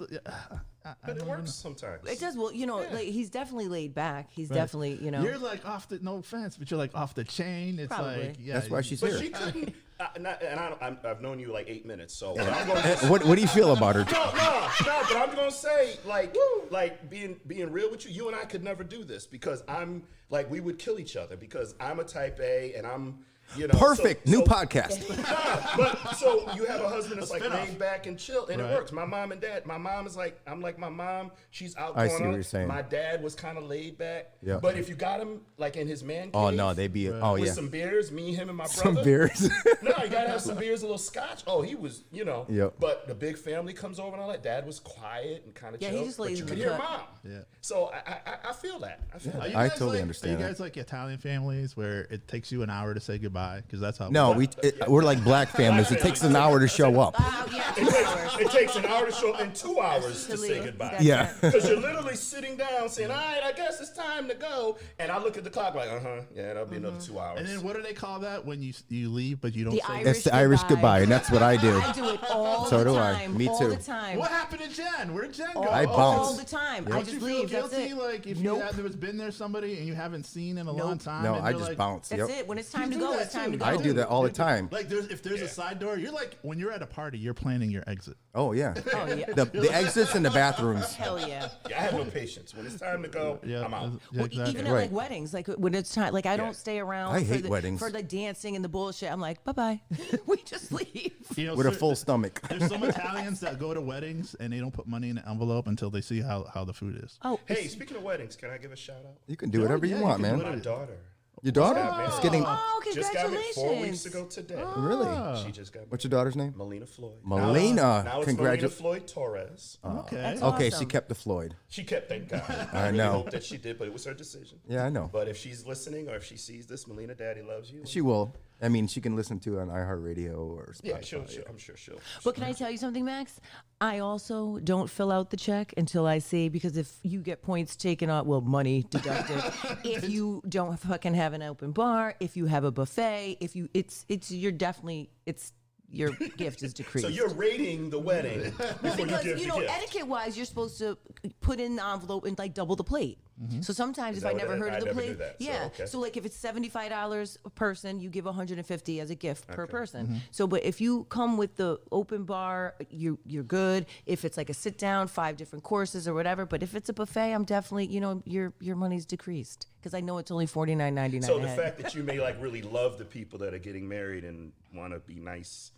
Speaker 9: I- I
Speaker 10: But it
Speaker 9: don't
Speaker 10: works sometimes.
Speaker 6: it does. Well, you know, like, he's definitely laid back. He's
Speaker 9: know.
Speaker 6: definitely, you know.
Speaker 9: You're like off the no offense, but you're like off the chain. It's
Speaker 6: Probably.
Speaker 9: like yeah.
Speaker 5: That's why she's
Speaker 10: But she
Speaker 5: here.
Speaker 10: couldn't. Uh, not, and I don't, I'm, I've known you like eight minutes, so I'm gonna,
Speaker 5: Eh, What What do you feel about her?
Speaker 10: no, no, no. But I'm gonna say, like, like being being real with you, you and I could never do this because I'm like we would kill each other because I'm a type A and I'm You know, so-
Speaker 5: Perfect. New
Speaker 10: so-
Speaker 5: podcast.
Speaker 10: but so you have a husband that's like laid back and chill, and
Speaker 9: Right.
Speaker 10: it works. My mom and dad. My mom is like, I'm like my mom. She's out.
Speaker 5: I see
Speaker 10: going
Speaker 5: what
Speaker 10: on.
Speaker 5: you're saying.
Speaker 10: My dad was kind of laid back.
Speaker 5: Yeah.
Speaker 10: But if you got him like in his man. Cave,
Speaker 5: Oh no, they be. Oh
Speaker 10: with
Speaker 5: yeah.
Speaker 10: some beers, me, him, and my
Speaker 5: Some
Speaker 10: brother.
Speaker 5: beers.
Speaker 10: no, you gotta have some beers, a little scotch. Oh, he was, you know.
Speaker 5: Yep.
Speaker 10: But the big family comes over and all that. Dad was quiet and kind of
Speaker 6: Yeah, he
Speaker 10: chill.
Speaker 6: just
Speaker 10: but
Speaker 6: laid
Speaker 10: you
Speaker 6: in
Speaker 10: could
Speaker 6: the
Speaker 10: hear
Speaker 6: cut.
Speaker 10: mom. Yeah. So I, I, I- I feel that. I feel
Speaker 9: Are
Speaker 10: that.
Speaker 9: you
Speaker 5: I
Speaker 9: guys
Speaker 5: totally
Speaker 9: like-
Speaker 5: understand
Speaker 9: Are you
Speaker 5: that.
Speaker 9: guys like Italian families where it takes you an hour to say goodbye? Because that's how.
Speaker 5: No, we it, we're like black families. It takes an hour to show up.
Speaker 6: Wow, Oh, yeah, two hours.
Speaker 10: It takes an hour to show and two hours to
Speaker 6: To
Speaker 10: say
Speaker 6: leave.
Speaker 10: goodbye.
Speaker 6: That's
Speaker 5: Yeah.
Speaker 6: it.
Speaker 10: Because you're literally sitting down saying, all right, I guess it's time to go. And I look at the clock like, uh huh, yeah, that'll be
Speaker 6: Mm-hmm.
Speaker 10: another two hours.
Speaker 9: And then what do they call that when you s- you leave but you don't
Speaker 6: The
Speaker 9: say
Speaker 6: Irish-
Speaker 5: It's the Irish goodbye, and that's what I do.
Speaker 6: I do it all
Speaker 5: So
Speaker 6: the
Speaker 5: do I.
Speaker 6: time.
Speaker 5: Me
Speaker 6: all
Speaker 5: too.
Speaker 6: the time.
Speaker 9: What happened to Jen? Where'd Jen go?
Speaker 5: I
Speaker 9: Oh,
Speaker 5: bounce.
Speaker 6: All the time. I
Speaker 9: Don't
Speaker 6: just
Speaker 9: you feel
Speaker 6: leave. That's
Speaker 9: guilty?
Speaker 6: it.
Speaker 9: Like if
Speaker 6: Nope.
Speaker 9: you had, there was been there somebody and you haven't seen in a long time.
Speaker 5: No,
Speaker 9: and
Speaker 5: I
Speaker 9: they're
Speaker 5: just
Speaker 9: like-
Speaker 5: bounce.
Speaker 6: That's
Speaker 5: Yep.
Speaker 6: it. When it's
Speaker 9: You
Speaker 6: time to
Speaker 9: do
Speaker 6: go,
Speaker 9: that
Speaker 6: it's time
Speaker 9: too.
Speaker 6: to go.
Speaker 5: I do that all the time.
Speaker 9: Like there's if there's a side door, you're like when you're at a party, you're planning your exit.
Speaker 5: Oh yeah.
Speaker 6: Oh yeah.
Speaker 5: The the exits and the bathrooms.
Speaker 6: Hell yeah.
Speaker 10: Yeah, I have no patience. When it's time to go, I'm out.
Speaker 6: Well, e- Even at
Speaker 5: Right.
Speaker 6: like weddings, like when it's time, like I don't stay around.
Speaker 5: I
Speaker 6: for
Speaker 5: hate
Speaker 6: the,
Speaker 5: weddings.
Speaker 6: for the dancing and the bullshit. I'm like, bye bye. we just leave.
Speaker 9: You know,
Speaker 5: With a
Speaker 9: cer-
Speaker 5: full stomach.
Speaker 9: There's some Italians that go to weddings and they don't put money in the envelope until they see how, how the food is.
Speaker 6: Oh,
Speaker 10: Hey,
Speaker 6: it's-
Speaker 10: speaking of weddings, can I give a shout out?
Speaker 5: You can do whatever you want,
Speaker 10: My
Speaker 5: man.
Speaker 10: daughter
Speaker 5: Your daughter
Speaker 10: got married.
Speaker 5: is getting.
Speaker 6: oh,
Speaker 10: just got married four
Speaker 6: congratulations.
Speaker 10: weeks ago today.
Speaker 5: Really?
Speaker 10: She just got married.
Speaker 5: What's your daughter's name?
Speaker 10: Melina Floyd. Now
Speaker 5: Melina.
Speaker 10: it's Melina
Speaker 5: Congratulations.
Speaker 10: Floyd Torres.
Speaker 9: okay.
Speaker 5: Okay, she
Speaker 6: Awesome.
Speaker 5: kept the Floyd.
Speaker 10: She kept that guy.
Speaker 5: Uh. I know.
Speaker 10: hope that she did, but it was her decision.
Speaker 5: Yeah, I know.
Speaker 10: But if she's listening or if she sees this, Melina, Daddy loves you.
Speaker 5: She will. I mean, she can listen to it on iHeartRadio or
Speaker 10: yeah,
Speaker 5: Spotify.
Speaker 10: she'll, she'll, I'm sure she'll.
Speaker 6: But can I tell you something, Max? I also don't fill out the check until I see because if you get points taken out, well, money deducted. if you don't fucking have an open bar, if you have a buffet, if you, it's, it's, you're definitely, it's, your gift is decreased.
Speaker 10: So you're rating the wedding before you
Speaker 6: because
Speaker 10: give
Speaker 6: you
Speaker 10: the
Speaker 6: know
Speaker 10: gift.
Speaker 6: etiquette wise you're supposed to put in the envelope and like double the plate so sometimes if
Speaker 10: Mm-hmm. that
Speaker 6: i
Speaker 10: what
Speaker 6: never
Speaker 10: it-
Speaker 6: heard
Speaker 10: I
Speaker 6: of the
Speaker 10: never do
Speaker 6: plate
Speaker 10: that, so,
Speaker 6: yeah
Speaker 10: okay.
Speaker 6: like if it's $75 a person you give 150 as a gift per person
Speaker 10: Mm-hmm.
Speaker 6: so but if you come with the open bar you you're good if it's like a sit down five different courses or whatever but if it's a buffet i'm definitely you know your your money's decreased because i know it's only $49.99
Speaker 10: so
Speaker 6: a
Speaker 10: the
Speaker 6: head.
Speaker 10: fact that you may like really love the people that are getting married and want to be nice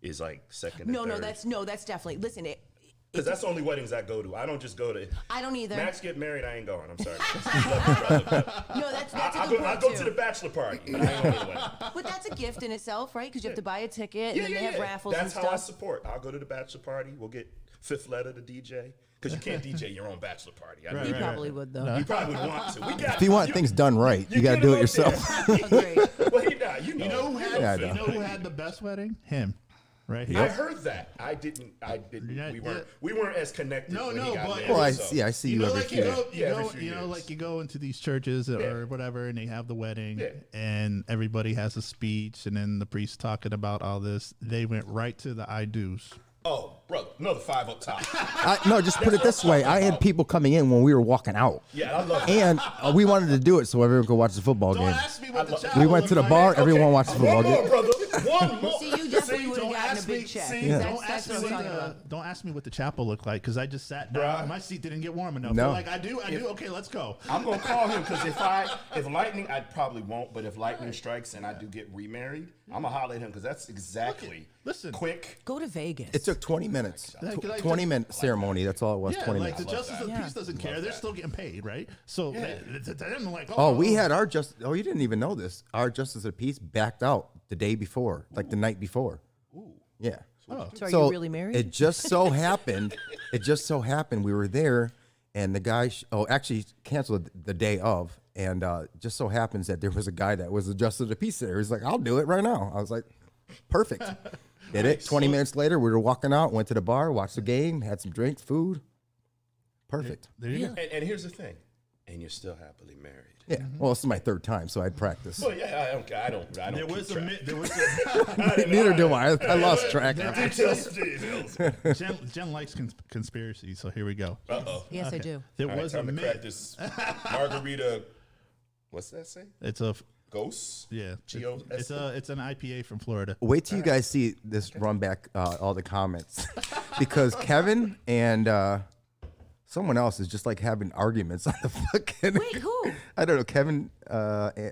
Speaker 10: is like second.
Speaker 6: no
Speaker 10: and
Speaker 6: no
Speaker 10: third.
Speaker 6: that's no that's definitely listen it
Speaker 10: because that's the only weddings I go to. I don't just go to.
Speaker 6: I don't either.
Speaker 10: Max get married. I ain't going. I'm sorry.
Speaker 6: no, that's that's a
Speaker 10: I, I
Speaker 6: good
Speaker 10: go,
Speaker 6: point
Speaker 10: I go
Speaker 6: too.
Speaker 10: to the bachelor party. but I ain't going to the wedding.
Speaker 6: But that's a gift in itself, right? Because you have to buy a ticket, and then they have raffles
Speaker 10: That's
Speaker 6: and
Speaker 10: how I
Speaker 6: stuff.
Speaker 10: support. I'll go to the bachelor party. We'll get fifth letter to DJ because you can't DJ your own bachelor party. I
Speaker 6: you
Speaker 10: mean,
Speaker 6: probably would though.
Speaker 10: you probably would want to. We got,
Speaker 5: If you want things done right, you got to
Speaker 10: get
Speaker 5: do it
Speaker 10: up
Speaker 5: yourself.
Speaker 10: there.
Speaker 6: Agree.
Speaker 10: well, he not. You know,
Speaker 9: You know who had,
Speaker 5: Yeah, I
Speaker 9: you
Speaker 5: know.
Speaker 9: know who had the best wedding? Him. Right here.
Speaker 10: I heard that. I didn't. I didn't.
Speaker 9: Yeah,
Speaker 10: we weren't.
Speaker 9: yeah.
Speaker 10: We weren't as connected.
Speaker 9: No,
Speaker 10: when
Speaker 9: no,
Speaker 10: he got
Speaker 9: but-
Speaker 10: married,
Speaker 5: Well, I
Speaker 10: so-
Speaker 5: see. I see
Speaker 9: you
Speaker 5: you,
Speaker 9: know,
Speaker 5: every
Speaker 9: like
Speaker 5: few
Speaker 9: you
Speaker 5: days.
Speaker 9: go, you,
Speaker 10: Yeah, every
Speaker 9: go,
Speaker 10: few
Speaker 9: you know,
Speaker 10: years.
Speaker 9: like you go into these churches or whatever, and they have the wedding,
Speaker 10: Yeah.
Speaker 9: and everybody has a speech, and then the priest talking about all this. They went right to the I do's.
Speaker 10: Oh, brother, another five up top.
Speaker 5: I, no, just put it this way. I had people coming in when we were walking out,
Speaker 10: Yeah, I love. it.
Speaker 5: and uh, we wanted to do it so everyone could watch the football
Speaker 9: Don't
Speaker 5: game.
Speaker 9: ask me what the
Speaker 10: love-
Speaker 9: chapel
Speaker 5: We went
Speaker 9: looked
Speaker 5: to the
Speaker 9: like.
Speaker 5: bar.
Speaker 9: Okay.
Speaker 5: Everyone watched the football
Speaker 10: One more,
Speaker 5: game.
Speaker 10: brother. One more.
Speaker 6: See, you definitely would have
Speaker 9: Don't
Speaker 6: gotten a
Speaker 9: ask me.
Speaker 6: big check.
Speaker 9: see,
Speaker 6: That's,
Speaker 9: don't,
Speaker 6: that's
Speaker 9: ask me
Speaker 6: what I'm
Speaker 9: what
Speaker 6: talking
Speaker 9: the,
Speaker 6: about.
Speaker 9: don't ask me what the chapel looked like because I just sat down.
Speaker 10: Bruh.
Speaker 9: My seat didn't get warm enough.
Speaker 5: No.
Speaker 9: No. Like I do, I do. Okay, let's go.
Speaker 10: I'm gonna call him because if I if lightning I probably won't, but if lightning strikes and I do get remarried, I'm gonna holler at him because that's exactly
Speaker 9: listen.
Speaker 10: quick.
Speaker 6: Go to Vegas.
Speaker 5: It took 20 minutes.
Speaker 9: Like,
Speaker 5: Tw-
Speaker 9: like,
Speaker 5: 20
Speaker 9: just-
Speaker 5: minute ceremony. That's all it was.
Speaker 9: Yeah,
Speaker 5: 20
Speaker 9: like
Speaker 5: minutes.
Speaker 9: the justice of the
Speaker 6: that.
Speaker 9: peace doesn't care. They're still getting paid, right? So they, they, they didn't like.
Speaker 5: Oh, we had our just. Oh, you didn't even know this. Our justice of peace backed out the day before, like the night before. Yeah.
Speaker 6: So are you really married?
Speaker 5: It just so happened. It just so happened we were there, and the guy. Sh- oh, actually canceled the day of, and uh, just so happens that there was a guy that was the justice of the peace there. He's like, "I'll do it right now." I was like, "Perfect." Did it. Twenty minutes later, we were walking out, went to the bar, watched the game, had some drinks, food. Perfect.
Speaker 9: There you go.
Speaker 10: And, and here's the thing, and you're still happily married.
Speaker 5: Yeah. Well, this is my third time, so I'd practice.
Speaker 10: Well, yeah, I don't. I don't. I don't.
Speaker 9: There was
Speaker 10: keep
Speaker 9: a
Speaker 10: track.
Speaker 9: mi- there was a,
Speaker 5: Neither do I. I lost track. after.
Speaker 10: Details, details.
Speaker 9: Jen, Jen likes cons- conspiracy, so here we go.
Speaker 6: yes, I do.
Speaker 9: There
Speaker 10: All right,
Speaker 9: was a
Speaker 10: time to crack
Speaker 9: myth.
Speaker 10: this margarita. What's that say?
Speaker 9: It's a f-
Speaker 10: Ghosts.
Speaker 9: yeah.
Speaker 10: Geo.
Speaker 9: It's, it's a it's an IPA from Florida.
Speaker 5: Wait till you guys see this run back, uh, all the comments, because Kevin and uh, someone else is just like having arguments on the fucking.
Speaker 6: Wait, who?
Speaker 5: I don't know. Kevin, uh, eh,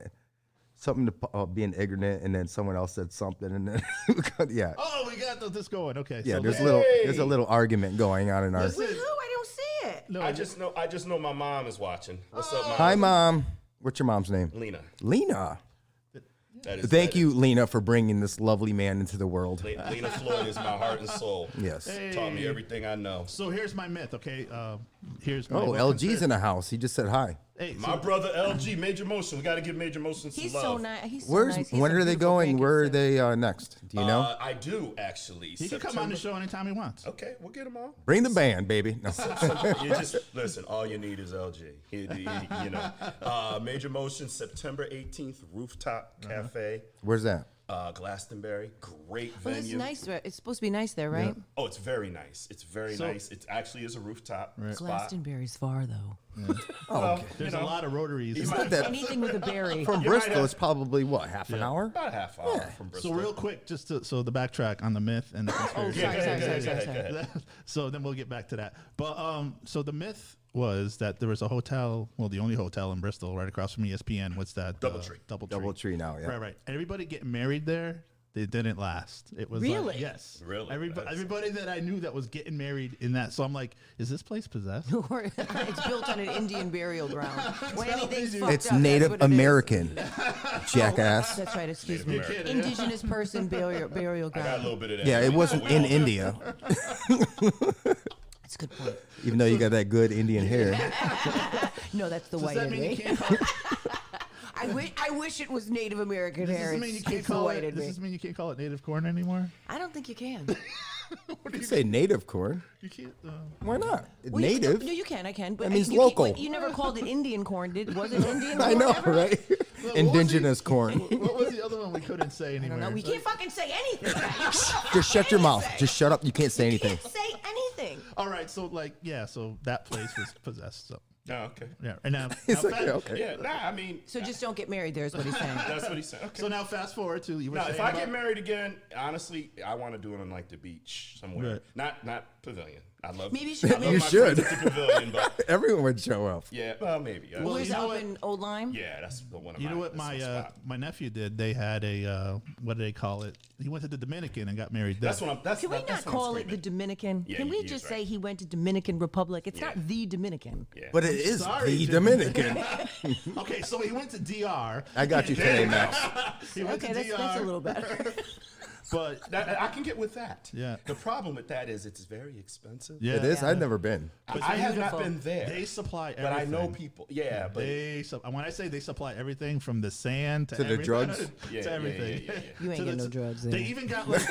Speaker 5: something to uh, being ignorant, and then someone else said something, and then yeah,
Speaker 9: Oh, we got th- this going. Okay.
Speaker 5: yeah.
Speaker 9: so
Speaker 5: There's
Speaker 9: let-
Speaker 5: little there's a little argument going on in our.
Speaker 9: Listen,
Speaker 6: Who? I don't see it.
Speaker 9: no,
Speaker 10: I just know I just know my mom is watching. What's up, mom?
Speaker 5: Hi, mom. What's your mom's name?
Speaker 10: Lena.
Speaker 5: Lena.
Speaker 10: Mm-hmm. That is-
Speaker 5: Thank
Speaker 10: that
Speaker 5: you, Lena, for bringing this lovely man into the world.
Speaker 10: is- Le- Lena Floyd is my heart and soul.
Speaker 5: Yes.
Speaker 10: Taught me everything I know.
Speaker 9: So here's my myth. Okay. Uh, here's my
Speaker 5: Oh,
Speaker 9: weapon.
Speaker 5: LG's in the house. He just said hi.
Speaker 9: Hey, so
Speaker 10: My brother LG, Major Motion. We got to give Major Motion some
Speaker 6: He's
Speaker 10: love.
Speaker 6: so nice. He's so
Speaker 5: Where's
Speaker 6: nice. He has
Speaker 5: when
Speaker 6: a
Speaker 5: are they
Speaker 6: beautiful
Speaker 5: going?
Speaker 6: pancake
Speaker 5: Where are
Speaker 6: stand.
Speaker 5: they uh, next? Do you know?
Speaker 10: Uh, I do actually.
Speaker 9: he can come on the show anytime he wants.
Speaker 10: Okay, we'll get him on.
Speaker 5: Bring the band, baby. No.
Speaker 10: you just listen. All you need is LG. He- he- you know, uh, Major Motion, September 18th, Rooftop
Speaker 9: Uh-huh.
Speaker 10: Cafe,
Speaker 5: Where's that?
Speaker 10: uh, Glastonbury. Great
Speaker 6: Well, it's
Speaker 10: venue.
Speaker 6: nice. there. It's supposed to be nice there, right?
Speaker 10: Oh, it's very nice. It's very nice. It actually is a rooftop spot.
Speaker 6: Glastonbury's far though.
Speaker 9: There's a lot of rotaries.
Speaker 10: He
Speaker 9: in-
Speaker 10: might-
Speaker 5: That
Speaker 6: Anything with a berry.
Speaker 5: from Bristol it's probably what half an hour.
Speaker 10: about a half hour from
Speaker 9: So
Speaker 10: Bristol.
Speaker 9: real quick, just to, so the backtrack on the myth and the conspiracy.
Speaker 10: yeah, go ahead,
Speaker 6: sorry,
Speaker 10: go ahead,
Speaker 6: sorry,
Speaker 10: go
Speaker 6: sorry,
Speaker 10: ahead, go ahead.
Speaker 9: so then we'll get back to that. But um, so the myth was that there was a hotel, well, the only hotel in Bristol, right across from E ESPN. What's that?
Speaker 10: Doubletree.
Speaker 9: Double tree.
Speaker 5: Doubletree now, yeah.
Speaker 9: Right, right. And everybody getting married there, they didn't last. It was like-
Speaker 6: Really?
Speaker 9: yes,
Speaker 10: Really?
Speaker 9: Everybody,
Speaker 10: That's-
Speaker 9: everybody that I knew that was getting married in that. So I'm like, is this place possessed?
Speaker 6: Or- it's built on an Indian burial ground. When anything's fucked
Speaker 5: It's
Speaker 6: up, Oh, that's
Speaker 5: Native
Speaker 6: what it is.
Speaker 5: American, jackass.
Speaker 6: That's right. Excuse me.
Speaker 10: American.
Speaker 6: Indigenous person burial burial
Speaker 10: I got a
Speaker 6: ground.
Speaker 10: little bit of that.
Speaker 5: Yeah, it
Speaker 10: We-
Speaker 5: wasn't
Speaker 10: we
Speaker 5: in
Speaker 10: all-
Speaker 5: India,
Speaker 6: That's a good point.
Speaker 5: even though you got that good Indian hair.
Speaker 6: No, that's the
Speaker 9: Does
Speaker 6: white
Speaker 9: that
Speaker 6: in
Speaker 9: mean you
Speaker 6: me.
Speaker 9: can't call?
Speaker 6: I wish I wish it was Native American
Speaker 9: Does
Speaker 6: hair.
Speaker 9: this mean you
Speaker 6: It's-
Speaker 9: can't
Speaker 6: it's the
Speaker 9: call
Speaker 6: white
Speaker 9: it?
Speaker 6: in
Speaker 9: Does
Speaker 6: me.
Speaker 9: this mean you can't call it native corn anymore?
Speaker 6: I don't think you can.
Speaker 5: You say native corn?
Speaker 9: You can't. Uh,
Speaker 5: Why not?
Speaker 6: Well, you-
Speaker 5: native.
Speaker 6: no, you can. I can. But
Speaker 5: That means
Speaker 6: you can't-
Speaker 5: local.
Speaker 6: but you never called it Indian corn, did? Was it Indian?
Speaker 5: I
Speaker 6: corn
Speaker 5: know,
Speaker 6: ever?
Speaker 5: right?
Speaker 9: was
Speaker 5: Indigenous corn.
Speaker 9: what was the other one we couldn't say
Speaker 6: I
Speaker 9: anymore?
Speaker 6: don't know. We can't fucking say anything. What the
Speaker 5: Just
Speaker 6: fuck
Speaker 5: shut your
Speaker 6: can you
Speaker 5: mouth.
Speaker 6: say?
Speaker 5: Just shut up. You can't say anything.
Speaker 6: Can't say anything.
Speaker 9: All right, so like, yeah, so that place was possessed. So
Speaker 10: Oh, okay.
Speaker 9: yeah, and now,
Speaker 5: It's
Speaker 9: now
Speaker 5: like,
Speaker 9: fast,
Speaker 5: okay.
Speaker 10: Yeah, nah, I mean,
Speaker 6: So just don't get married. There is what he's saying.
Speaker 10: that's what he said. Okay.
Speaker 9: so now fast forward to you were
Speaker 10: Now,
Speaker 9: saying
Speaker 10: if I
Speaker 9: about-
Speaker 10: get married again, honestly, I want to do it on like the beach somewhere.
Speaker 9: Right.
Speaker 10: Not not pavilion. I love
Speaker 6: Maybe you should-
Speaker 10: I love
Speaker 6: You
Speaker 10: my
Speaker 5: should.
Speaker 10: friends at the pavilion, but
Speaker 5: Everyone would show up.
Speaker 10: yeah, well maybe. Uh,
Speaker 6: Where's
Speaker 9: you know
Speaker 6: up
Speaker 9: what?
Speaker 6: in Old Lyme?
Speaker 10: yeah, that's the one. Of
Speaker 9: you know
Speaker 10: my-
Speaker 9: what
Speaker 10: that's
Speaker 9: my
Speaker 10: spot.
Speaker 9: uh, my nephew did? They had a uh, what do they call it? He went to the Dominican and got married. There.
Speaker 10: That's what I'm. That's
Speaker 6: Can we
Speaker 10: that- that's
Speaker 6: not
Speaker 10: what I'm
Speaker 6: call it the
Speaker 10: screaming.
Speaker 6: Dominican?
Speaker 10: Yeah,
Speaker 6: Can
Speaker 10: you-
Speaker 6: we
Speaker 10: you're
Speaker 6: just
Speaker 10: right.
Speaker 6: say he went to Dominican Republic? It's
Speaker 10: Yeah.
Speaker 6: not the Dominican.
Speaker 5: But it is
Speaker 9: sorry,
Speaker 5: the
Speaker 9: dude.
Speaker 5: Dominican.
Speaker 9: okay, so he went to DR.
Speaker 5: I got you today, Max.
Speaker 9: He went
Speaker 6: Okay,
Speaker 9: to
Speaker 6: that's,
Speaker 9: DR,
Speaker 6: that's a little better.
Speaker 9: but
Speaker 10: That, I can get with that.
Speaker 9: Yeah.
Speaker 10: The problem with that is it's very expensive.
Speaker 9: yeah,
Speaker 5: It is. I've never been.
Speaker 10: I have
Speaker 6: beautiful.
Speaker 10: not been there.
Speaker 9: They supply
Speaker 10: but I know
Speaker 9: everything.
Speaker 10: people. Yeah, but
Speaker 9: They su- when I say they supply everything from the sand to,
Speaker 5: To the
Speaker 9: everything-
Speaker 5: drugs?
Speaker 10: Yeah, yeah,
Speaker 9: to
Speaker 10: yeah,
Speaker 9: everything.
Speaker 10: yeah, yeah,
Speaker 6: You
Speaker 10: yeah.
Speaker 6: ain't
Speaker 9: To the-
Speaker 6: getting no drugs
Speaker 9: They
Speaker 6: there.
Speaker 9: even got like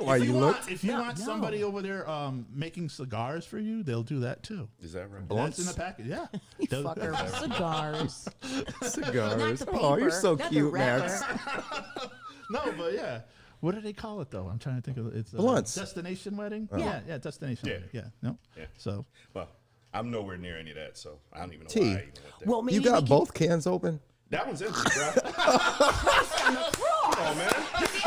Speaker 5: Why,
Speaker 9: if
Speaker 5: you
Speaker 9: want,
Speaker 5: looked?
Speaker 9: If you
Speaker 6: No,
Speaker 9: want
Speaker 6: no.
Speaker 9: somebody over there um, making cigars for you, they'll do that too.
Speaker 10: is that right?
Speaker 9: Blunts in the package, yeah.
Speaker 6: You
Speaker 9: They'll-
Speaker 6: fucker. Cigars. Not
Speaker 5: Cigars.
Speaker 6: the paper.
Speaker 5: Oh, you're so
Speaker 6: not the
Speaker 5: cute,
Speaker 6: wrapper.
Speaker 5: Max.
Speaker 9: No, but yeah. What do they call it though? I'm trying to think of it. It's a
Speaker 5: Blunts. Uh-huh.
Speaker 9: destination wedding.
Speaker 6: Yeah.
Speaker 9: yeah, yeah, destination.
Speaker 10: Yeah.
Speaker 9: wedding. yeah. No.
Speaker 10: Yeah.
Speaker 9: So
Speaker 10: Well, I'm nowhere near any of that, so I don't even know
Speaker 5: Tea.
Speaker 10: why I even went there.
Speaker 6: Well, maybe
Speaker 5: You
Speaker 6: we
Speaker 5: got
Speaker 6: can-
Speaker 5: both cans open?
Speaker 10: that one's empty, bro. Come on, man.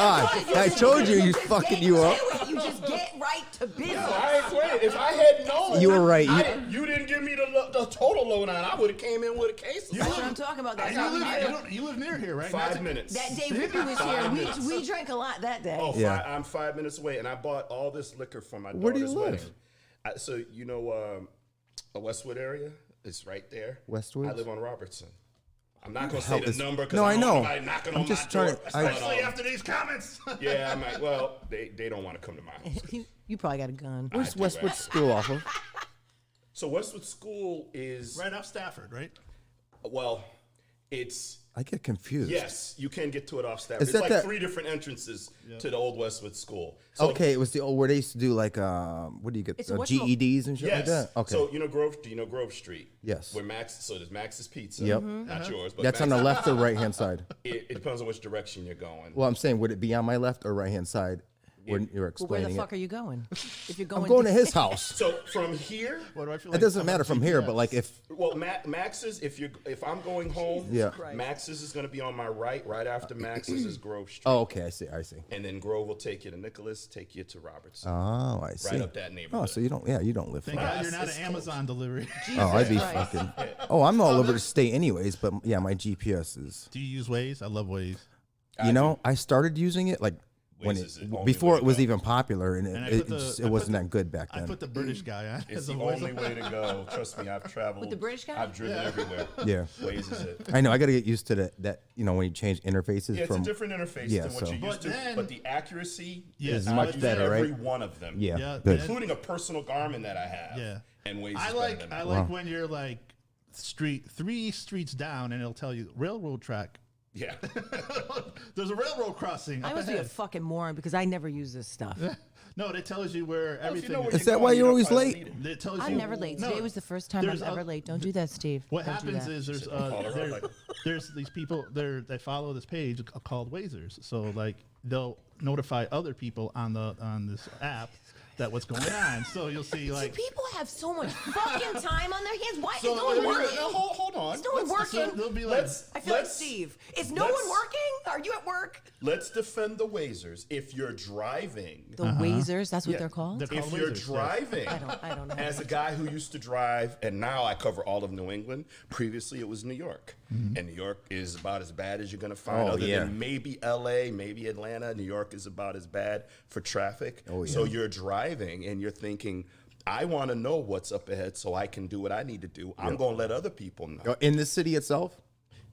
Speaker 5: Ah, I told you, you fucking you up.
Speaker 6: You just get right to business.
Speaker 10: I ain't playing. If I had known,
Speaker 5: You were right.
Speaker 10: I
Speaker 5: You-
Speaker 10: didn't- you didn't give me the, lo- the total lowdown. I would have came in with a case. Of
Speaker 6: That's
Speaker 10: something.
Speaker 6: what I'm talking about.
Speaker 9: you
Speaker 6: That's how we
Speaker 9: live,
Speaker 6: did
Speaker 9: you,
Speaker 6: it.
Speaker 9: don't- you live near here, right?
Speaker 10: five
Speaker 9: Not-
Speaker 10: minutes.
Speaker 6: That day Rippy was
Speaker 10: Five
Speaker 6: here,
Speaker 10: minutes.
Speaker 6: we, we drank a lot that day.
Speaker 10: Oh,
Speaker 5: Yeah.
Speaker 10: yeah. i I'm five minutes away, and I bought all this liquor for my
Speaker 5: Where do you
Speaker 10: daughter's
Speaker 5: live?
Speaker 10: wedding. I, so you know, um, a Westwood area It's right there.
Speaker 5: Westwood?
Speaker 10: I live on Robertson. I'm not gonna
Speaker 5: Help
Speaker 10: say the
Speaker 5: is-
Speaker 10: number because
Speaker 5: No,
Speaker 10: I
Speaker 5: I
Speaker 10: don't
Speaker 5: know.
Speaker 10: want nobody knocking
Speaker 5: I'm
Speaker 10: on
Speaker 5: just
Speaker 10: my
Speaker 5: trying
Speaker 10: door.
Speaker 5: to- I-
Speaker 9: Especially
Speaker 10: But, um,
Speaker 9: after these comments.
Speaker 10: yeah, I'm like, well, they, they don't want to come to my house.
Speaker 6: You, you probably got a gun.
Speaker 5: Where's Westwood School off of?
Speaker 10: So Westwood School is
Speaker 9: right off Stafford, right?
Speaker 10: well, it's
Speaker 5: I get confused.
Speaker 10: yes, you can get to it off Stafford.
Speaker 5: Is
Speaker 10: It's
Speaker 5: that
Speaker 10: like
Speaker 5: that-
Speaker 10: three different entrances to the old Westwood School. So
Speaker 5: Okay, it was the old where they used to do like um, what do you get?
Speaker 6: It's
Speaker 5: uh,
Speaker 6: what-
Speaker 5: GEDs and shit
Speaker 10: Yes.
Speaker 5: like that. Okay,
Speaker 10: So you know Grove. Do you know Grove Street?
Speaker 5: Yes.
Speaker 10: Where Max? So there's Max's Pizza.
Speaker 5: Yep.
Speaker 10: Not
Speaker 6: Uh-huh.
Speaker 10: yours, but
Speaker 5: that's on the left
Speaker 10: Max's-
Speaker 5: or right hand side.
Speaker 10: It, it depends on which direction you're going.
Speaker 5: Well, I'm saying, would it be on my left or right hand side? when you're
Speaker 6: Well, where
Speaker 5: explaining
Speaker 6: the fuck
Speaker 5: it.
Speaker 6: are you going? If you're going,
Speaker 5: I'm going to his house.
Speaker 10: So from here,
Speaker 9: What do I feel
Speaker 5: It
Speaker 9: like
Speaker 5: doesn't
Speaker 9: I'm
Speaker 5: matter
Speaker 9: on
Speaker 5: from here, but
Speaker 9: GPS?
Speaker 5: like if
Speaker 10: well, Ma- Max's. If you if I'm going home,
Speaker 5: Yeah.
Speaker 6: Christ.
Speaker 10: Max's is going to be on my right. Right after Max's is Grove Street,
Speaker 5: oh okay, I see, I see.
Speaker 10: and then Grove will take you to Nicholas, take you to Roberts.
Speaker 5: Oh, I see.
Speaker 10: up that
Speaker 5: Oh,
Speaker 10: neighborhood.
Speaker 5: so you don't? Yeah, you don't live.
Speaker 9: Thank
Speaker 5: far.
Speaker 9: God you're not an Amazon delivery.
Speaker 5: Oh, I'd be
Speaker 6: Jesus Christ.
Speaker 5: fucking. Oh, I'm all over the state, anyways. But yeah, my GPS is.
Speaker 9: Do you use Waze? I love Waze.
Speaker 5: You know, I started using it like when
Speaker 10: Waze
Speaker 5: it,
Speaker 10: is the only
Speaker 5: before
Speaker 10: way
Speaker 5: it
Speaker 10: to
Speaker 5: was
Speaker 10: go.
Speaker 5: even popular, and it,
Speaker 9: And I
Speaker 5: it,
Speaker 9: put the-
Speaker 5: just,
Speaker 9: I
Speaker 5: it
Speaker 9: put
Speaker 5: wasn't
Speaker 9: the-
Speaker 5: that good back
Speaker 9: I
Speaker 5: then.
Speaker 9: put the British guy on.
Speaker 10: It's
Speaker 9: as
Speaker 10: the
Speaker 9: a voice.
Speaker 10: only way to go. Trust me, I've traveled.
Speaker 6: With the British guy?
Speaker 10: I've driven everywhere.
Speaker 5: Yeah.
Speaker 10: Waze is it.
Speaker 5: I know. I got to get used to that. That you know when you change interfaces
Speaker 10: Yeah, it's
Speaker 5: from
Speaker 10: a different interface
Speaker 5: yeah,
Speaker 10: than what
Speaker 5: so-
Speaker 10: you're used
Speaker 9: But
Speaker 10: to,
Speaker 9: then-
Speaker 10: but the accuracy
Speaker 9: Yeah,
Speaker 10: is
Speaker 9: it's much
Speaker 5: better, right?
Speaker 10: Every one of them.
Speaker 5: yeah,
Speaker 9: Yeah,
Speaker 5: good.
Speaker 9: that-
Speaker 10: including a personal Garmin that I have.
Speaker 9: Yeah.
Speaker 10: and Waze.
Speaker 9: I
Speaker 10: is better
Speaker 9: like
Speaker 10: than
Speaker 9: I
Speaker 10: mine.
Speaker 9: like when you're like street three streets down and it'll tell you railroad track.
Speaker 10: Yeah,
Speaker 9: There's a railroad crossing.
Speaker 6: I
Speaker 9: up
Speaker 6: must be a
Speaker 9: ahead.
Speaker 6: fucking moron because I never use this stuff.
Speaker 9: no, it tells you where everything.
Speaker 10: where
Speaker 9: is.
Speaker 5: Is that
Speaker 10: going,
Speaker 5: why
Speaker 10: you
Speaker 5: you're
Speaker 10: don't
Speaker 5: always
Speaker 10: probably
Speaker 5: late?
Speaker 10: need it.
Speaker 9: It tells
Speaker 6: I'm
Speaker 9: you-
Speaker 6: never late.
Speaker 9: No,
Speaker 6: Today was the first time
Speaker 9: there's
Speaker 6: I'm ever
Speaker 9: a-
Speaker 6: late. Don't do that, Steve.
Speaker 9: What
Speaker 6: Don't do
Speaker 9: happens
Speaker 6: that.
Speaker 9: is there's
Speaker 10: Call
Speaker 9: uh,
Speaker 10: her
Speaker 9: there,
Speaker 10: like-
Speaker 9: there's these people there they follow this page c- called Wazers. So like they'll notify other people on the on this app that what's going on. So you'll see like
Speaker 6: See, people have so much fucking time on their hands. Why
Speaker 10: So,
Speaker 6: is no one
Speaker 10: wait, wait,
Speaker 6: working?
Speaker 10: wait, no, hold- hold on.
Speaker 6: Is no one
Speaker 10: Let's-
Speaker 6: working?
Speaker 9: so they'll be like
Speaker 10: Let's.
Speaker 6: I feel like
Speaker 10: let's-
Speaker 6: Steve. Is no
Speaker 10: let's-
Speaker 6: one working? Are you at work?
Speaker 10: Let's defend the Wazers. If you're driving,
Speaker 6: The Wazers. That's what they're called.
Speaker 9: They're called
Speaker 10: if you're
Speaker 9: Wazers, yes.
Speaker 10: driving,
Speaker 6: I don't. I don't know.
Speaker 10: as a guy who used to drive, and now I cover all of New England. Previously, it was New York, and New York is about as bad as you're going to find.
Speaker 5: Mm-hmm. Oh,
Speaker 10: other
Speaker 5: yeah.
Speaker 10: than maybe L.A., maybe Atlanta. New York is about as bad for traffic. Oh, yeah. So you're driving and you're thinking, I want to know what's up ahead so I can do what I need to do. I'm going to let other people know.
Speaker 5: Oh, in the city itself.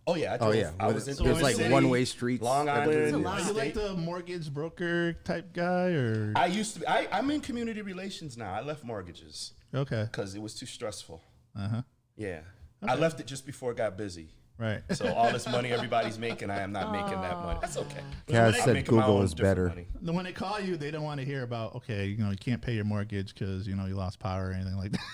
Speaker 10: Oh yeah, I
Speaker 5: Oh
Speaker 10: drove-
Speaker 5: yeah,
Speaker 10: I
Speaker 5: With-
Speaker 10: was in
Speaker 5: there's
Speaker 10: New
Speaker 5: like
Speaker 10: York
Speaker 5: one
Speaker 10: City,
Speaker 5: way streets.
Speaker 10: Long
Speaker 5: everywhere.
Speaker 10: Island.
Speaker 9: Are you like the mortgage broker type guy or
Speaker 10: I used to. Be, I, I'm in community relations now. I left mortgages
Speaker 9: okay?
Speaker 10: because it was too stressful. Uh huh.
Speaker 5: Uh-huh.
Speaker 10: Yeah, I left it just before it got busy.
Speaker 9: Right.
Speaker 10: So all this money everybody's making, I am not making that money. That's okay.
Speaker 5: Kaz
Speaker 10: I'm
Speaker 5: said
Speaker 10: making my
Speaker 5: Google
Speaker 10: own
Speaker 5: is
Speaker 10: different
Speaker 5: better.
Speaker 10: money.
Speaker 9: When they call you, they don't want to hear about okay, you know, you can't pay your mortgage because you know you lost power or anything like that.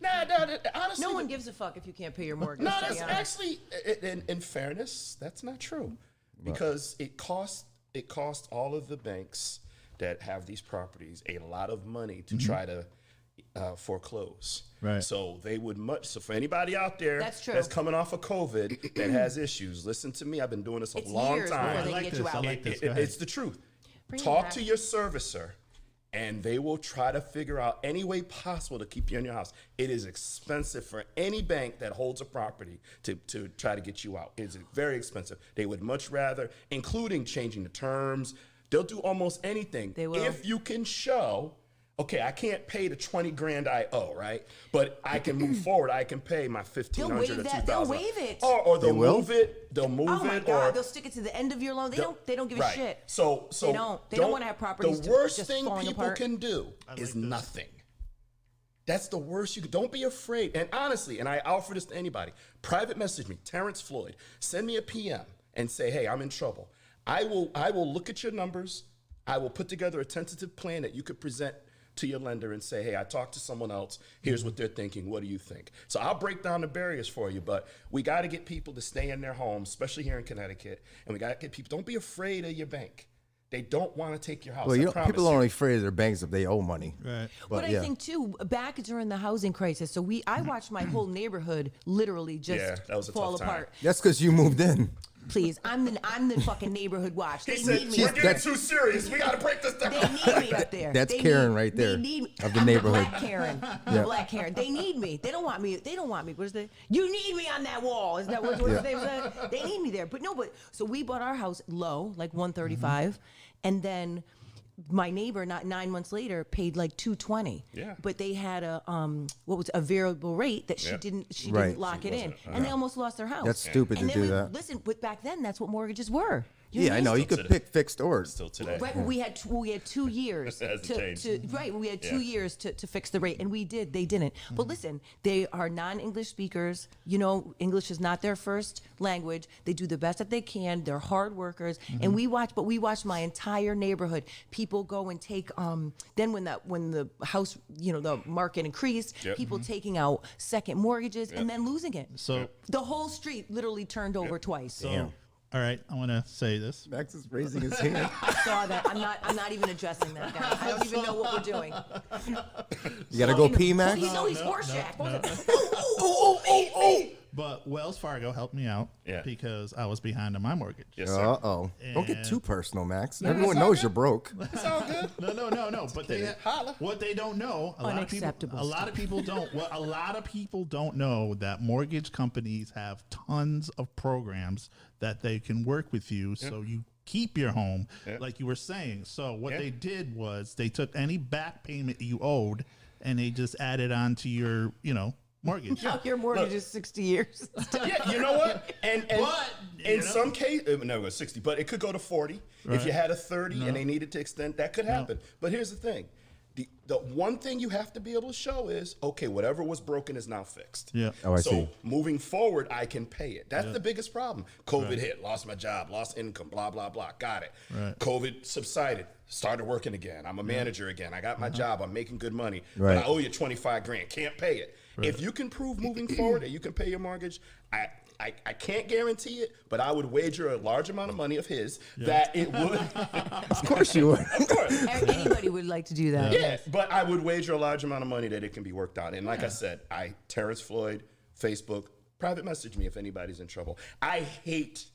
Speaker 10: Nah, nah, nah, honestly,
Speaker 6: no one gives a fuck if you can't pay your mortgage.
Speaker 10: No,
Speaker 6: to be
Speaker 10: that's
Speaker 6: honest.
Speaker 10: actually, i- i- in, in fairness, that's not true, because it costs it costs all of the banks that have these properties a lot of money to try to uh, foreclose.
Speaker 9: Right.
Speaker 10: So they would much. So for anybody out there
Speaker 6: That's true.
Speaker 10: coming off of COVID that has issues, listen to me. I've been doing this a
Speaker 6: It's
Speaker 10: long
Speaker 6: years
Speaker 10: time.
Speaker 6: before
Speaker 9: I
Speaker 6: they
Speaker 9: like
Speaker 6: get
Speaker 9: this.
Speaker 6: you
Speaker 9: I
Speaker 6: out.
Speaker 9: like this.
Speaker 10: It-
Speaker 9: Go
Speaker 10: it-
Speaker 9: ahead.
Speaker 10: it's the truth.
Speaker 6: Bring it
Speaker 10: Talk
Speaker 6: back.
Speaker 10: to your servicer, and they will try to figure out any way possible to keep you in your house. It is expensive for any bank that holds a property to, to try to get you out. It's very expensive. They would much rather, including changing the terms. They'll do almost anything
Speaker 6: They will.
Speaker 10: if you can show. Okay, I can't pay the twenty grand I owe, right? But I can move forward. I can pay my fifteen
Speaker 6: waive
Speaker 10: hundred or two
Speaker 6: that.
Speaker 10: thousand.
Speaker 6: They'll waive it.
Speaker 10: or, or they'll
Speaker 5: will?
Speaker 10: move it. They'll move
Speaker 6: Oh my
Speaker 10: it.
Speaker 6: god,
Speaker 10: or
Speaker 6: they'll stick it to the end of your loan. They
Speaker 10: the-
Speaker 6: don't. They don't give a
Speaker 10: right.
Speaker 6: shit.
Speaker 10: So, so
Speaker 6: They don't. They don't wanna have properties
Speaker 10: The
Speaker 6: to-
Speaker 10: worst
Speaker 6: just
Speaker 10: thing
Speaker 6: falling
Speaker 10: people
Speaker 6: apart.
Speaker 10: can do is nothing. That's the worst you could. Don't be afraid. And honestly, and I offer this to anybody. Private message me, Terrence Floyd. Send me a PM and say, "Hey, I'm in trouble." I will. I will look at your numbers. I will put together a tentative plan that you could present to your lender and say, "Hey, I talked to someone else. Here's what they're thinking. What do you think?" So I'll break down the barriers for you, but we got to get people to stay in their homes, especially here in Connecticut, and we got to get people. Don't be afraid of your bank. They don't want to take your house.
Speaker 5: Well,
Speaker 10: I
Speaker 5: you don't,
Speaker 10: Oh, promise
Speaker 5: people
Speaker 10: you.
Speaker 5: are only afraid of their banks if they owe money. Right.
Speaker 6: But, Mm-hmm.
Speaker 5: But
Speaker 6: I
Speaker 5: yeah.
Speaker 6: think too, back during the housing crisis, so we I watched my whole neighborhood literally just
Speaker 10: Yeah, that was a
Speaker 6: fall
Speaker 10: tough time.
Speaker 6: apart.
Speaker 5: That's because you moved in.
Speaker 6: Please, I'm the I'm the fucking neighborhood watch. They
Speaker 10: He said,
Speaker 6: need me.
Speaker 10: "We're
Speaker 5: She's-
Speaker 10: getting
Speaker 5: that's-
Speaker 10: too serious. We got to break this down."
Speaker 6: They need me up there.
Speaker 5: That's
Speaker 6: They
Speaker 5: Karen
Speaker 6: need-
Speaker 5: right
Speaker 6: they
Speaker 5: there
Speaker 6: need me.
Speaker 5: of the
Speaker 6: I'm
Speaker 5: neighborhood.
Speaker 6: Black Karen. I'm
Speaker 5: Yeah.
Speaker 6: Black Karen. They need me. They don't want me. They don't want me. What is that? You need me on that wall. Is that what, what is that? They need me there. But no, but so we bought our house low, like 135,
Speaker 5: Mm-hmm.
Speaker 6: and then my neighbor, not nine months later, paid like 220.
Speaker 10: Yeah.
Speaker 6: But they had a um, what was it, a variable rate that she
Speaker 10: Yeah. uh-huh.
Speaker 6: didn't she
Speaker 5: Right.
Speaker 6: didn't lock it in, and they almost lost their house.
Speaker 5: That's stupid
Speaker 6: And then
Speaker 5: to do
Speaker 6: we-
Speaker 5: that.
Speaker 6: Listen, but back then that's what mortgages were. You
Speaker 5: Yeah, I
Speaker 6: used
Speaker 5: know.
Speaker 6: to
Speaker 5: You could pick fixed or
Speaker 10: Still today.
Speaker 6: Right, we had two, we had two years
Speaker 10: Hasn't
Speaker 6: to,
Speaker 10: changed.
Speaker 6: to right. We had two
Speaker 10: Yeah. Mm-hmm.
Speaker 6: years to, to fix the rate, and we did. They didn't. But listen, they are non-English speakers. You know, English is not their first language. They do the best that they can. They're hard workers,
Speaker 10: Mm-hmm.
Speaker 6: and we watch. But we watch my entire neighborhood. People go and take. Um, then when that when the house, you know, the market increased,
Speaker 10: Yep. Mm-hmm.
Speaker 6: people taking out second mortgages and then losing it.
Speaker 9: So
Speaker 6: the whole street literally turned over twice.
Speaker 9: so All right, I want to say this.
Speaker 5: Max is raising his hand.
Speaker 6: Saw that. I'm not. I'm not even addressing that guy. I don't even know what we're doing.
Speaker 5: You gotta go pee, Max.
Speaker 6: He's always horse
Speaker 9: no,
Speaker 6: jack.
Speaker 9: no.
Speaker 6: Oh, oh, oh, oh,
Speaker 9: But Wells Fargo helped me out
Speaker 10: Yeah.
Speaker 9: because I was behind on my mortgage.
Speaker 10: Yes, sir.
Speaker 5: Uh oh. Don't get too
Speaker 9: And-
Speaker 5: personal, Max. Everyone knows you're broke.
Speaker 10: It's all good.
Speaker 9: No, no, no, no. But they
Speaker 10: Holla.
Speaker 9: what they don't know. A lot of people.
Speaker 6: Unacceptable
Speaker 9: A lot of people don't. Well, a lot of people don't know that mortgage companies have tons of programs that they can work with you, so you keep your home, like you were saying. So what they did was they took any back payment you owed, and they just added on to your, you know, mortgage.
Speaker 6: oh. Your mortgage is 60 years.
Speaker 10: yeah, you know what? And and
Speaker 9: But, you
Speaker 10: in
Speaker 9: know-
Speaker 10: some cases, no, it was sixty, but it could go to forty if you had a thirty and they needed to extend. That could happen. But here's the thing: the the one thing you have to be able to show is okay, whatever was broken is now fixed.
Speaker 9: Yeah.
Speaker 5: Oh, I
Speaker 10: so
Speaker 5: see.
Speaker 10: moving forward, I can pay it. That's the biggest problem. COVID hit, lost my job, lost income, blah blah blah. Got it.
Speaker 9: Right.
Speaker 10: COVID subsided. Started working again. I'm a manager again. I got my job. I'm making good money.
Speaker 5: Right.
Speaker 10: But I owe you 25 grand. Can't pay it. If you can prove moving forward that you can pay your mortgage, I, I, I can't guarantee it, but I would wager a large amount of money of his that it would.
Speaker 5: Of course you would.
Speaker 10: of course.
Speaker 6: Anybody would like to do that.
Speaker 10: Yeah, but I would wager a large amount of money that it can be worked out. And like I said, I Terrence Floyd, Facebook, private message me if anybody's in trouble. I hate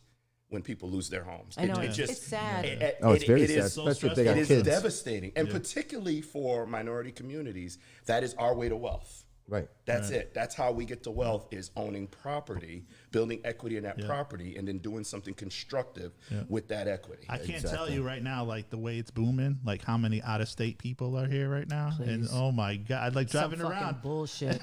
Speaker 10: when people lose their homes.
Speaker 6: I know, it's- it's sad.
Speaker 10: it- it-
Speaker 5: Oh, it's
Speaker 10: it-
Speaker 5: very
Speaker 10: it
Speaker 5: sad,
Speaker 10: is
Speaker 5: especially if they got
Speaker 10: it is
Speaker 5: kids.
Speaker 10: devastating, and particularly for minority communities, that is our way to wealth.
Speaker 5: Right.
Speaker 10: That's it. That's how we get to wealth is owning property, building equity in that property, and then doing something constructive with that equity.
Speaker 9: I can't tell you right now, like the way it's booming, like how many out of state people are here right now, and oh my god, like
Speaker 6: Some
Speaker 9: driving
Speaker 6: fucking
Speaker 9: around.
Speaker 6: bullshit.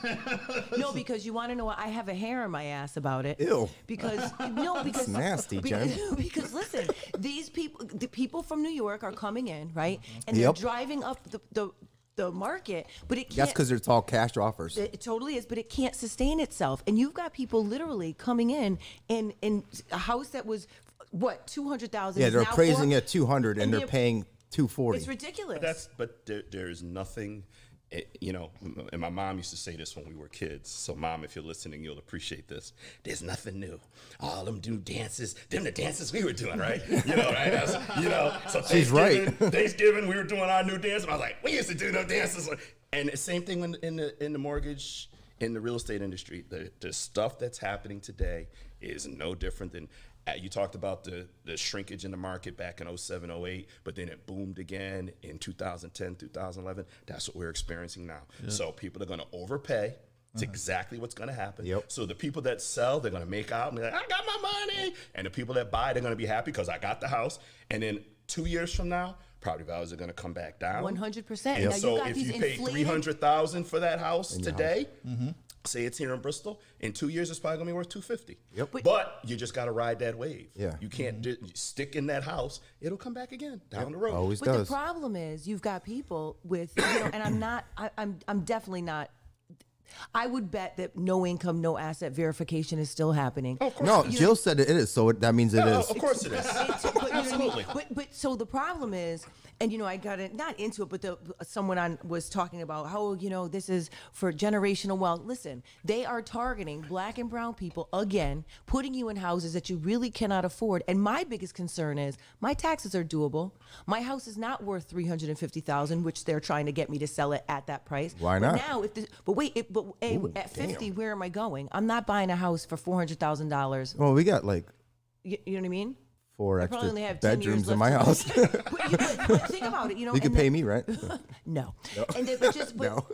Speaker 6: no, because you want to know what? I have a hair on my ass about it.
Speaker 5: Ew.
Speaker 6: Because no, because
Speaker 5: nasty,
Speaker 6: because,
Speaker 5: Jen.
Speaker 6: because listen, these people, the people from New York are coming in, right? And
Speaker 5: Yep.
Speaker 6: they're driving up the the, the market, but it can't.
Speaker 5: That's because it's all cash offers.
Speaker 6: It totally is, but it can't sustain itself. And you've got people literally coming in and and a house that was what two hundred thousand.
Speaker 5: Yeah, they're appraising at 200 and they're paying
Speaker 6: It's
Speaker 5: 240.
Speaker 6: ridiculous.
Speaker 10: That's but there, there's nothing. It, you know, m- and my mom used to say this when we were kids. So, mom, if you're listening, you'll appreciate this. There's nothing new. All them new dances, them the dances we were doing, right? You know, right? That's- you know, so
Speaker 5: She's right.
Speaker 10: Thanksgiving- Thanksgiving, we were doing our new dance. And I was like, we used to do no dances. And the same thing in, in the in the mortgage, in the real estate industry. The, the stuff that's happening today is no different than. uh, You talked about the, the shrinkage in the market back in 07, 08, but then it boomed again in 2010, 2011. That's what we're experiencing now. So people are going to overpay. It's exactly what's going to happen.
Speaker 5: Yep.
Speaker 10: So the people that sell, they're going to make out and be like, I got my money. And the people that buy, they're going to be happy because I got the house. And then two years from now, property values are going to come back down.
Speaker 6: one hundred percent.
Speaker 10: And
Speaker 6: Now you
Speaker 10: so
Speaker 6: got
Speaker 10: if
Speaker 6: these
Speaker 10: you pay
Speaker 6: inflated-
Speaker 10: 300000 for that house today,
Speaker 5: Mm-hmm.
Speaker 10: say it's here in Bristol, in two years, it's probably going to be worth 250 Yep. But, you just got to ride that wave.
Speaker 5: Yeah. Mm-hmm.
Speaker 10: You can't di- stick in that house. It'll come back again down the road.
Speaker 5: Always
Speaker 6: But
Speaker 5: does.
Speaker 6: the problem is, you've got people with, you know, and I'm not, I, I'm, I'm definitely not. I would bet that no income, no asset verification is still happening.
Speaker 10: Oh, of course
Speaker 5: No,
Speaker 10: it is.
Speaker 5: Jill said it is, so it, that means it
Speaker 10: No,
Speaker 5: is.
Speaker 10: Of course it is.
Speaker 6: It's- but, you know what I mean?
Speaker 10: Absolutely.
Speaker 6: But, but so the problem is, and you know, I got it not into it, but the someone on was talking about how you know this is for generational wealth. Listen, they are targeting black and brown people again, putting you in houses that you really cannot afford. And my biggest concern is my taxes are doable. My house is not worth three hundred and fifty thousand, which they're trying to get me to sell it at that price.
Speaker 5: Why
Speaker 6: But
Speaker 5: not?
Speaker 6: now, if the, but wait, it, but hey, at fifty, where am I going? I'm not buying a house for four hundred thousand dollars.
Speaker 5: Well, we got like
Speaker 6: You, you know what I mean?
Speaker 5: four
Speaker 6: I
Speaker 5: extra
Speaker 6: probably only have 10 years
Speaker 5: bedrooms
Speaker 6: left
Speaker 5: in my
Speaker 6: to
Speaker 5: house.
Speaker 6: but, you- but- but think about it, you know.
Speaker 5: you could
Speaker 6: and
Speaker 5: pay
Speaker 6: then-
Speaker 5: me, right?
Speaker 6: No. And then, but just but,
Speaker 5: No.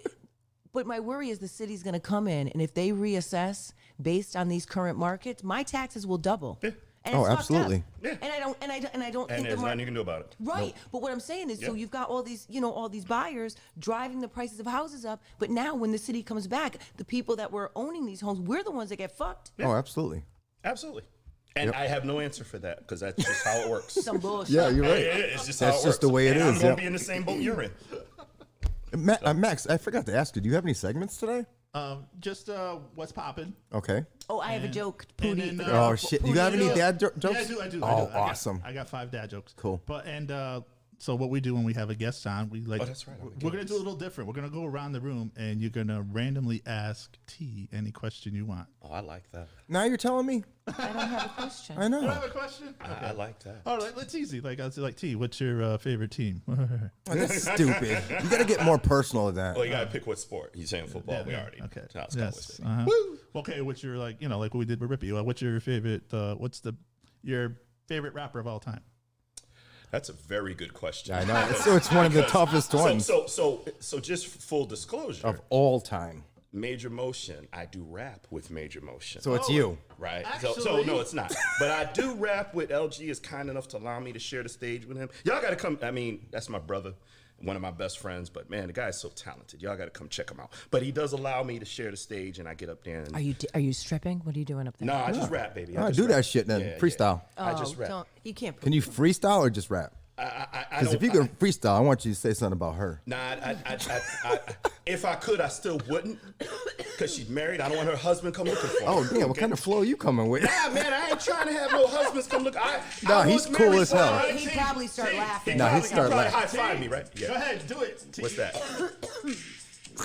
Speaker 6: but my worry is the city's going to come in, and if they reassess based on these current markets, my taxes will double. And
Speaker 5: Oh,
Speaker 6: it's fucked up.
Speaker 5: absolutely.
Speaker 10: Yeah.
Speaker 6: And I don't and I don't, and I don't think
Speaker 10: And
Speaker 6: the
Speaker 10: there's nothing
Speaker 6: market.
Speaker 10: you can do about it.
Speaker 6: Right, but what I'm saying is, so
Speaker 10: Yeah.
Speaker 6: you've got all these, you know, all these buyers driving the prices of houses up. But now, when the city comes back, the people that were owning these homes, we're the ones that get fucked.
Speaker 5: Oh, absolutely.
Speaker 10: Absolutely. And I have no answer for that because that's just how it works.
Speaker 6: Some bullshit.
Speaker 5: Yeah, you're
Speaker 10: Yeah,
Speaker 5: right.
Speaker 10: It's just
Speaker 5: That's
Speaker 10: how it
Speaker 5: just the
Speaker 10: works.
Speaker 5: way it
Speaker 10: And I'm
Speaker 5: is,
Speaker 10: gonna
Speaker 5: yeah.
Speaker 10: be in the same boat you're in.
Speaker 5: Ma- uh, Max, I forgot to ask you. Do you have any segments today?
Speaker 9: Um, just uh, what's popping?
Speaker 5: Okay.
Speaker 6: Oh, I have a joke,
Speaker 9: And
Speaker 6: Pootie.
Speaker 9: then,
Speaker 6: for
Speaker 9: uh,
Speaker 5: Oh, shit. You got any
Speaker 9: yeah.
Speaker 5: dad jo-
Speaker 9: Yeah, I
Speaker 5: jokes?
Speaker 9: do. I do. I do.
Speaker 5: Oh,
Speaker 9: I got-
Speaker 5: awesome.
Speaker 9: I got five dad jokes.
Speaker 5: Cool.
Speaker 9: But and uh, So what we do when we have a guest on, we like
Speaker 10: Oh, that's right, I'm a
Speaker 9: we're gonna do a little different. We're gonna go around the room and you're gonna randomly ask T any question you want.
Speaker 10: Oh, I like that.
Speaker 5: Now you're telling me?
Speaker 6: I don't have a question.
Speaker 5: uh, I know.
Speaker 9: You have a question?
Speaker 10: I, I like that.
Speaker 9: All right, it's easy. Like I'll say, like T, what's your uh, favorite team?
Speaker 5: Oh, that's stupid. You gotta get more personal with that.
Speaker 10: Well, you gotta pick what sport. You saying football? we already
Speaker 9: okay.
Speaker 10: Dallas
Speaker 9: Yes.
Speaker 10: Cowboys, baby.
Speaker 9: Uh-huh. Okay, what's your like? You know, like what we did with Rippy. uh, What's your favorite? Uh, what's the your favorite rapper of all time?
Speaker 10: That's a very good question.
Speaker 5: I know. It's, it's one of the toughest
Speaker 10: So,
Speaker 5: ones
Speaker 10: so, so, so, just full disclosure.
Speaker 5: of all time.
Speaker 10: Major Motion, I do rap with Major Motion. Oh,
Speaker 5: So it's you.
Speaker 10: right? so, so, no, it's not. But I do rap with LG. Is kind enough to allow me to share the stage with him. Y'all got to come. I mean, that's my brother, one of my best friends. But man, the guy's so talented. Y'all got to come check him out. But he does allow me to share the stage, and I get up there and.
Speaker 6: Are you are you stripping? What are you doing up there?
Speaker 10: no, I just rap, baby.
Speaker 5: All right,
Speaker 10: just
Speaker 5: do
Speaker 10: rap.
Speaker 5: that shit then.
Speaker 10: Yeah, yeah.
Speaker 5: freestyle.
Speaker 10: I just
Speaker 6: Oh,
Speaker 10: rap.
Speaker 6: Don't, you can't.
Speaker 5: Can you freestyle or just rap?
Speaker 10: I, I, I, I
Speaker 5: Because if
Speaker 10: don't-
Speaker 5: you can freestyle, I want you to say something about her.
Speaker 10: Nah, I, I, I, I, I, if I could, I still wouldn't, cause she's married. I don't want her husband come looking for her.
Speaker 5: Oh damn, what kind of flow you coming with?
Speaker 10: Nah, man, I ain't trying to have no husbands come look. I,
Speaker 5: Nah,
Speaker 10: I
Speaker 5: he's
Speaker 10: was
Speaker 5: cool
Speaker 10: married
Speaker 5: as hell.
Speaker 10: when I was
Speaker 6: He'd
Speaker 10: 18.
Speaker 6: probably start laughing.
Speaker 5: Nah, he'd
Speaker 10: probably-
Speaker 5: start
Speaker 10: probably
Speaker 5: laughing.
Speaker 10: high five me, right?
Speaker 9: Go
Speaker 10: Yeah.
Speaker 9: ahead, do it. T.
Speaker 10: What's that?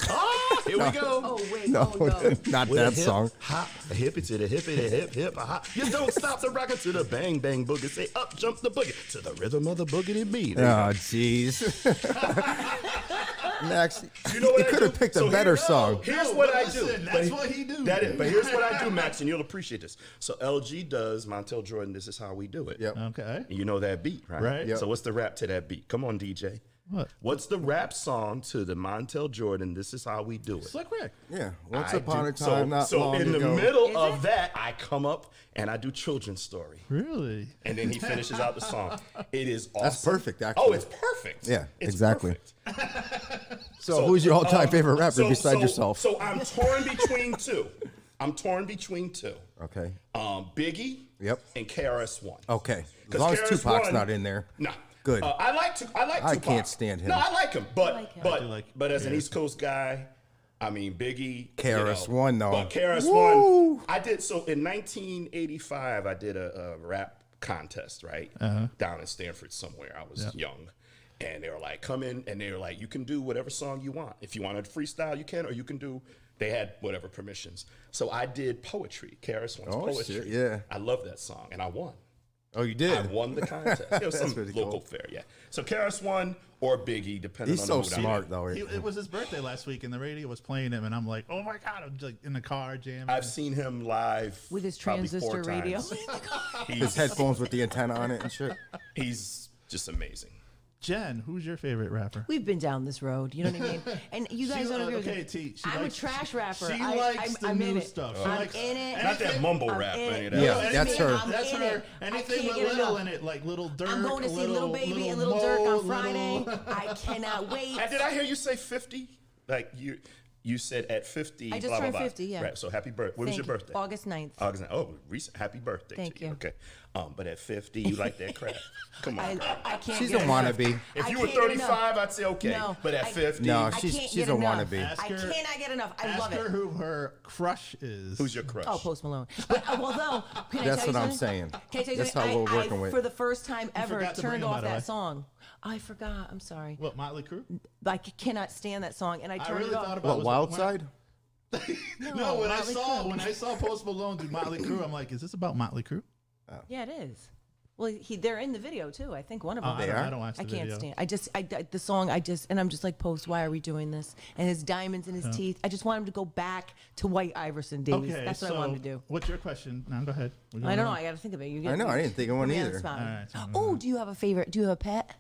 Speaker 10: Ah, here we go.
Speaker 6: Oh wait.
Speaker 5: No,
Speaker 6: Oh, no.
Speaker 5: not
Speaker 10: With a
Speaker 5: that
Speaker 10: hip,
Speaker 5: song.
Speaker 10: Hop, a hippie to the hippie, the hip, hip, a hop. You don't stop the rocket to the bang, bang, boogie. Say up, jump the boogie to the rhythm of the boogity beat.
Speaker 5: Oh jeez. Max,
Speaker 10: You know what
Speaker 5: you
Speaker 10: I
Speaker 5: could
Speaker 10: do?
Speaker 5: have picked a
Speaker 10: So here-
Speaker 5: better song.
Speaker 10: Here's
Speaker 9: No,
Speaker 10: what
Speaker 9: but
Speaker 10: I
Speaker 9: listen,
Speaker 10: do.
Speaker 9: that's
Speaker 10: But he-
Speaker 9: what he do.
Speaker 10: That is, but here's what I do, Max, and you'll appreciate this. So LG does Montel Jordan. This is how we do it.
Speaker 5: Yep.
Speaker 9: Okay.
Speaker 10: You know that beat, right?
Speaker 9: Right. Yep.
Speaker 10: So what's the rap to that beat? Come on, DJ.
Speaker 9: What?
Speaker 10: What's the rap song to the Montel Jordan? This is how we do it.
Speaker 9: Slick Rick.
Speaker 5: Yeah. Once
Speaker 10: I
Speaker 5: upon
Speaker 10: do-
Speaker 5: a time,
Speaker 10: so,
Speaker 5: not
Speaker 10: so
Speaker 5: long
Speaker 10: in
Speaker 5: ago.
Speaker 10: the middle of that, I come up and I do children's story,
Speaker 9: Really?
Speaker 10: and then he finishes out the song. It is awesome.
Speaker 5: That's perfect,
Speaker 10: Oh,
Speaker 5: actually.
Speaker 10: it's perfect.
Speaker 5: Yeah,
Speaker 10: It's
Speaker 5: exactly.
Speaker 10: perfect.
Speaker 5: so, who's your all-time
Speaker 10: um,
Speaker 5: favorite rapper
Speaker 10: so-
Speaker 5: besides
Speaker 10: so-
Speaker 5: yourself?
Speaker 10: So I'm torn between two. I'm torn between two.
Speaker 5: okay.
Speaker 10: Um, Biggie.
Speaker 5: Yep.
Speaker 10: And KRS One.
Speaker 5: Okay. As
Speaker 10: 'Cause
Speaker 5: long as
Speaker 10: KRS-One
Speaker 5: Tupac's not in there.
Speaker 10: Nah.
Speaker 5: Good.
Speaker 10: Uh, I like to. I like.
Speaker 5: I
Speaker 10: Tupac.
Speaker 5: can't stand him.
Speaker 10: No, I like him, but but
Speaker 9: do like
Speaker 10: but as an
Speaker 9: KRS-One.
Speaker 10: East Coast guy, I mean Biggie.
Speaker 5: KRS-One,
Speaker 10: you know,
Speaker 5: though.
Speaker 10: But KRS
Speaker 5: Woo!
Speaker 10: One. I did so in 1985. I did a, a rap contest right down in Stanford somewhere. I was young. And they were like, come in, and they were like, you can do whatever song you want. If you want to freestyle, you can, or you can do. They had whatever permissions. So I did poetry, KRS One's
Speaker 5: Oh,
Speaker 10: poetry.
Speaker 5: shit, yeah.
Speaker 10: I love that song, and I won.
Speaker 5: Oh, you did.
Speaker 10: I won the contest. It was
Speaker 5: That's
Speaker 10: some
Speaker 5: pretty
Speaker 10: local
Speaker 5: cool.
Speaker 10: fair, yeah. So Karis won or Biggie, depending
Speaker 5: He's
Speaker 10: on
Speaker 5: so
Speaker 10: the mood I'm
Speaker 5: smart
Speaker 10: in.
Speaker 5: though.
Speaker 9: He, it was his birthday last week, and the radio was playing him, and I'm like, oh my god, I'm like in the car jamming.
Speaker 10: I've seen him live
Speaker 6: With his
Speaker 10: probably four
Speaker 6: transistor radio.
Speaker 10: times.
Speaker 5: His
Speaker 10: He's,
Speaker 5: headphones with the antenna on it and shit.
Speaker 10: he's just amazing.
Speaker 9: Jen, who's your favorite rapper?
Speaker 6: We've been down this road, you know what I mean? And you guys
Speaker 9: She's
Speaker 6: don't
Speaker 9: a-
Speaker 6: agree
Speaker 9: okay,
Speaker 6: with me.
Speaker 9: T, she
Speaker 6: I'm
Speaker 9: likes-
Speaker 6: a trash rapper.
Speaker 9: she
Speaker 6: I,
Speaker 9: likes
Speaker 6: I'm,
Speaker 9: the
Speaker 6: I'm in
Speaker 9: new
Speaker 6: it.
Speaker 9: stuff. She
Speaker 6: I'm
Speaker 9: likes-
Speaker 6: in it.
Speaker 10: Not that mumble
Speaker 6: I'm
Speaker 10: rap,
Speaker 6: in
Speaker 10: any
Speaker 6: it.
Speaker 10: of that.
Speaker 5: Yeah,
Speaker 6: You know
Speaker 5: that's
Speaker 6: what I mean?
Speaker 5: her.
Speaker 6: I'm
Speaker 9: That's
Speaker 6: in
Speaker 9: her.
Speaker 6: it. I
Speaker 9: Anything
Speaker 6: can't
Speaker 9: with
Speaker 6: get
Speaker 9: little
Speaker 6: enough.
Speaker 9: in it, like little Dirk.
Speaker 6: I'm going to see Little Baby and Little
Speaker 9: Mo,
Speaker 6: Dirk on Friday.
Speaker 9: Little-
Speaker 6: I cannot wait.
Speaker 10: And did I hear you say 50? Like you you said at 50,
Speaker 6: I just
Speaker 10: blah, blah,
Speaker 6: turned
Speaker 10: blah.
Speaker 6: 50, yeah.
Speaker 10: Right, so happy birthday. When was your
Speaker 6: Thank you.
Speaker 10: birthday?
Speaker 6: August 9th.
Speaker 10: August 9th. Oh, recent. Happy birthday
Speaker 6: Thank
Speaker 10: to you.
Speaker 6: you.
Speaker 10: Okay. Um, but at 50, you like that crap. Come on.
Speaker 6: I,
Speaker 10: girl.
Speaker 6: I can't
Speaker 5: She's
Speaker 6: get
Speaker 5: a
Speaker 6: enough.
Speaker 5: wannabe.
Speaker 10: If
Speaker 6: I
Speaker 10: you were
Speaker 6: can't get enough.
Speaker 10: 35, I'd say okay.
Speaker 6: No,
Speaker 10: But at
Speaker 6: I-
Speaker 10: 50,
Speaker 5: No,
Speaker 6: I
Speaker 5: she's
Speaker 6: can't
Speaker 5: she's
Speaker 6: get
Speaker 5: a
Speaker 6: enough.
Speaker 5: wannabe.
Speaker 9: Ask
Speaker 6: I
Speaker 9: her-
Speaker 6: cannot get enough. I
Speaker 9: Ask
Speaker 6: love
Speaker 9: her
Speaker 6: it.
Speaker 9: who her crush is.
Speaker 10: who's your crush?
Speaker 6: Oh, Post Malone. But, uh, although, can I
Speaker 5: That's
Speaker 6: tell you
Speaker 5: what I'm
Speaker 6: something?
Speaker 5: saying.
Speaker 6: Can I tell you
Speaker 5: That's
Speaker 6: something?
Speaker 5: how we're
Speaker 6: I,
Speaker 5: working
Speaker 6: I,
Speaker 5: with-
Speaker 6: For the first time ever,
Speaker 9: forgot to bring
Speaker 6: turned
Speaker 9: him, by
Speaker 6: off
Speaker 9: the way.
Speaker 6: that song. I forgot. I'm sorry.
Speaker 9: what Motley Crue?
Speaker 6: I c- cannot stand that song, and I
Speaker 9: I
Speaker 6: turned
Speaker 9: really
Speaker 6: it off.
Speaker 9: thought
Speaker 5: What
Speaker 9: about was-
Speaker 5: wild
Speaker 9: when-
Speaker 5: side?
Speaker 9: No, when I
Speaker 6: Oh, Motley
Speaker 9: saw
Speaker 6: Crue.
Speaker 9: when I saw Post Malone do Motley Crue, I'm like, is this about Motley Crue?
Speaker 6: Yeah, it is. Well, he they're in the video too. I think one of
Speaker 9: Oh,
Speaker 6: them.
Speaker 9: I, don't, I don't watch the
Speaker 6: I can't
Speaker 9: video.
Speaker 6: stand. I just I I- the song. I just and I'm just like post. Why are we doing this? And his diamonds in his teeth. I just want him to go back to White Iverson days.
Speaker 9: Okay,
Speaker 6: That's what
Speaker 9: so
Speaker 6: I want him to do.
Speaker 9: What's your question? No, go ahead. We're
Speaker 6: I
Speaker 9: going
Speaker 6: don't know.
Speaker 9: on.
Speaker 6: I got to think about it. You
Speaker 5: I
Speaker 6: get-
Speaker 5: know, I didn't think of one
Speaker 6: put me on the
Speaker 5: either.
Speaker 6: spot.
Speaker 9: Alright, so mm-hmm. I'm
Speaker 6: oh, do you have a favorite? Do you have a pet?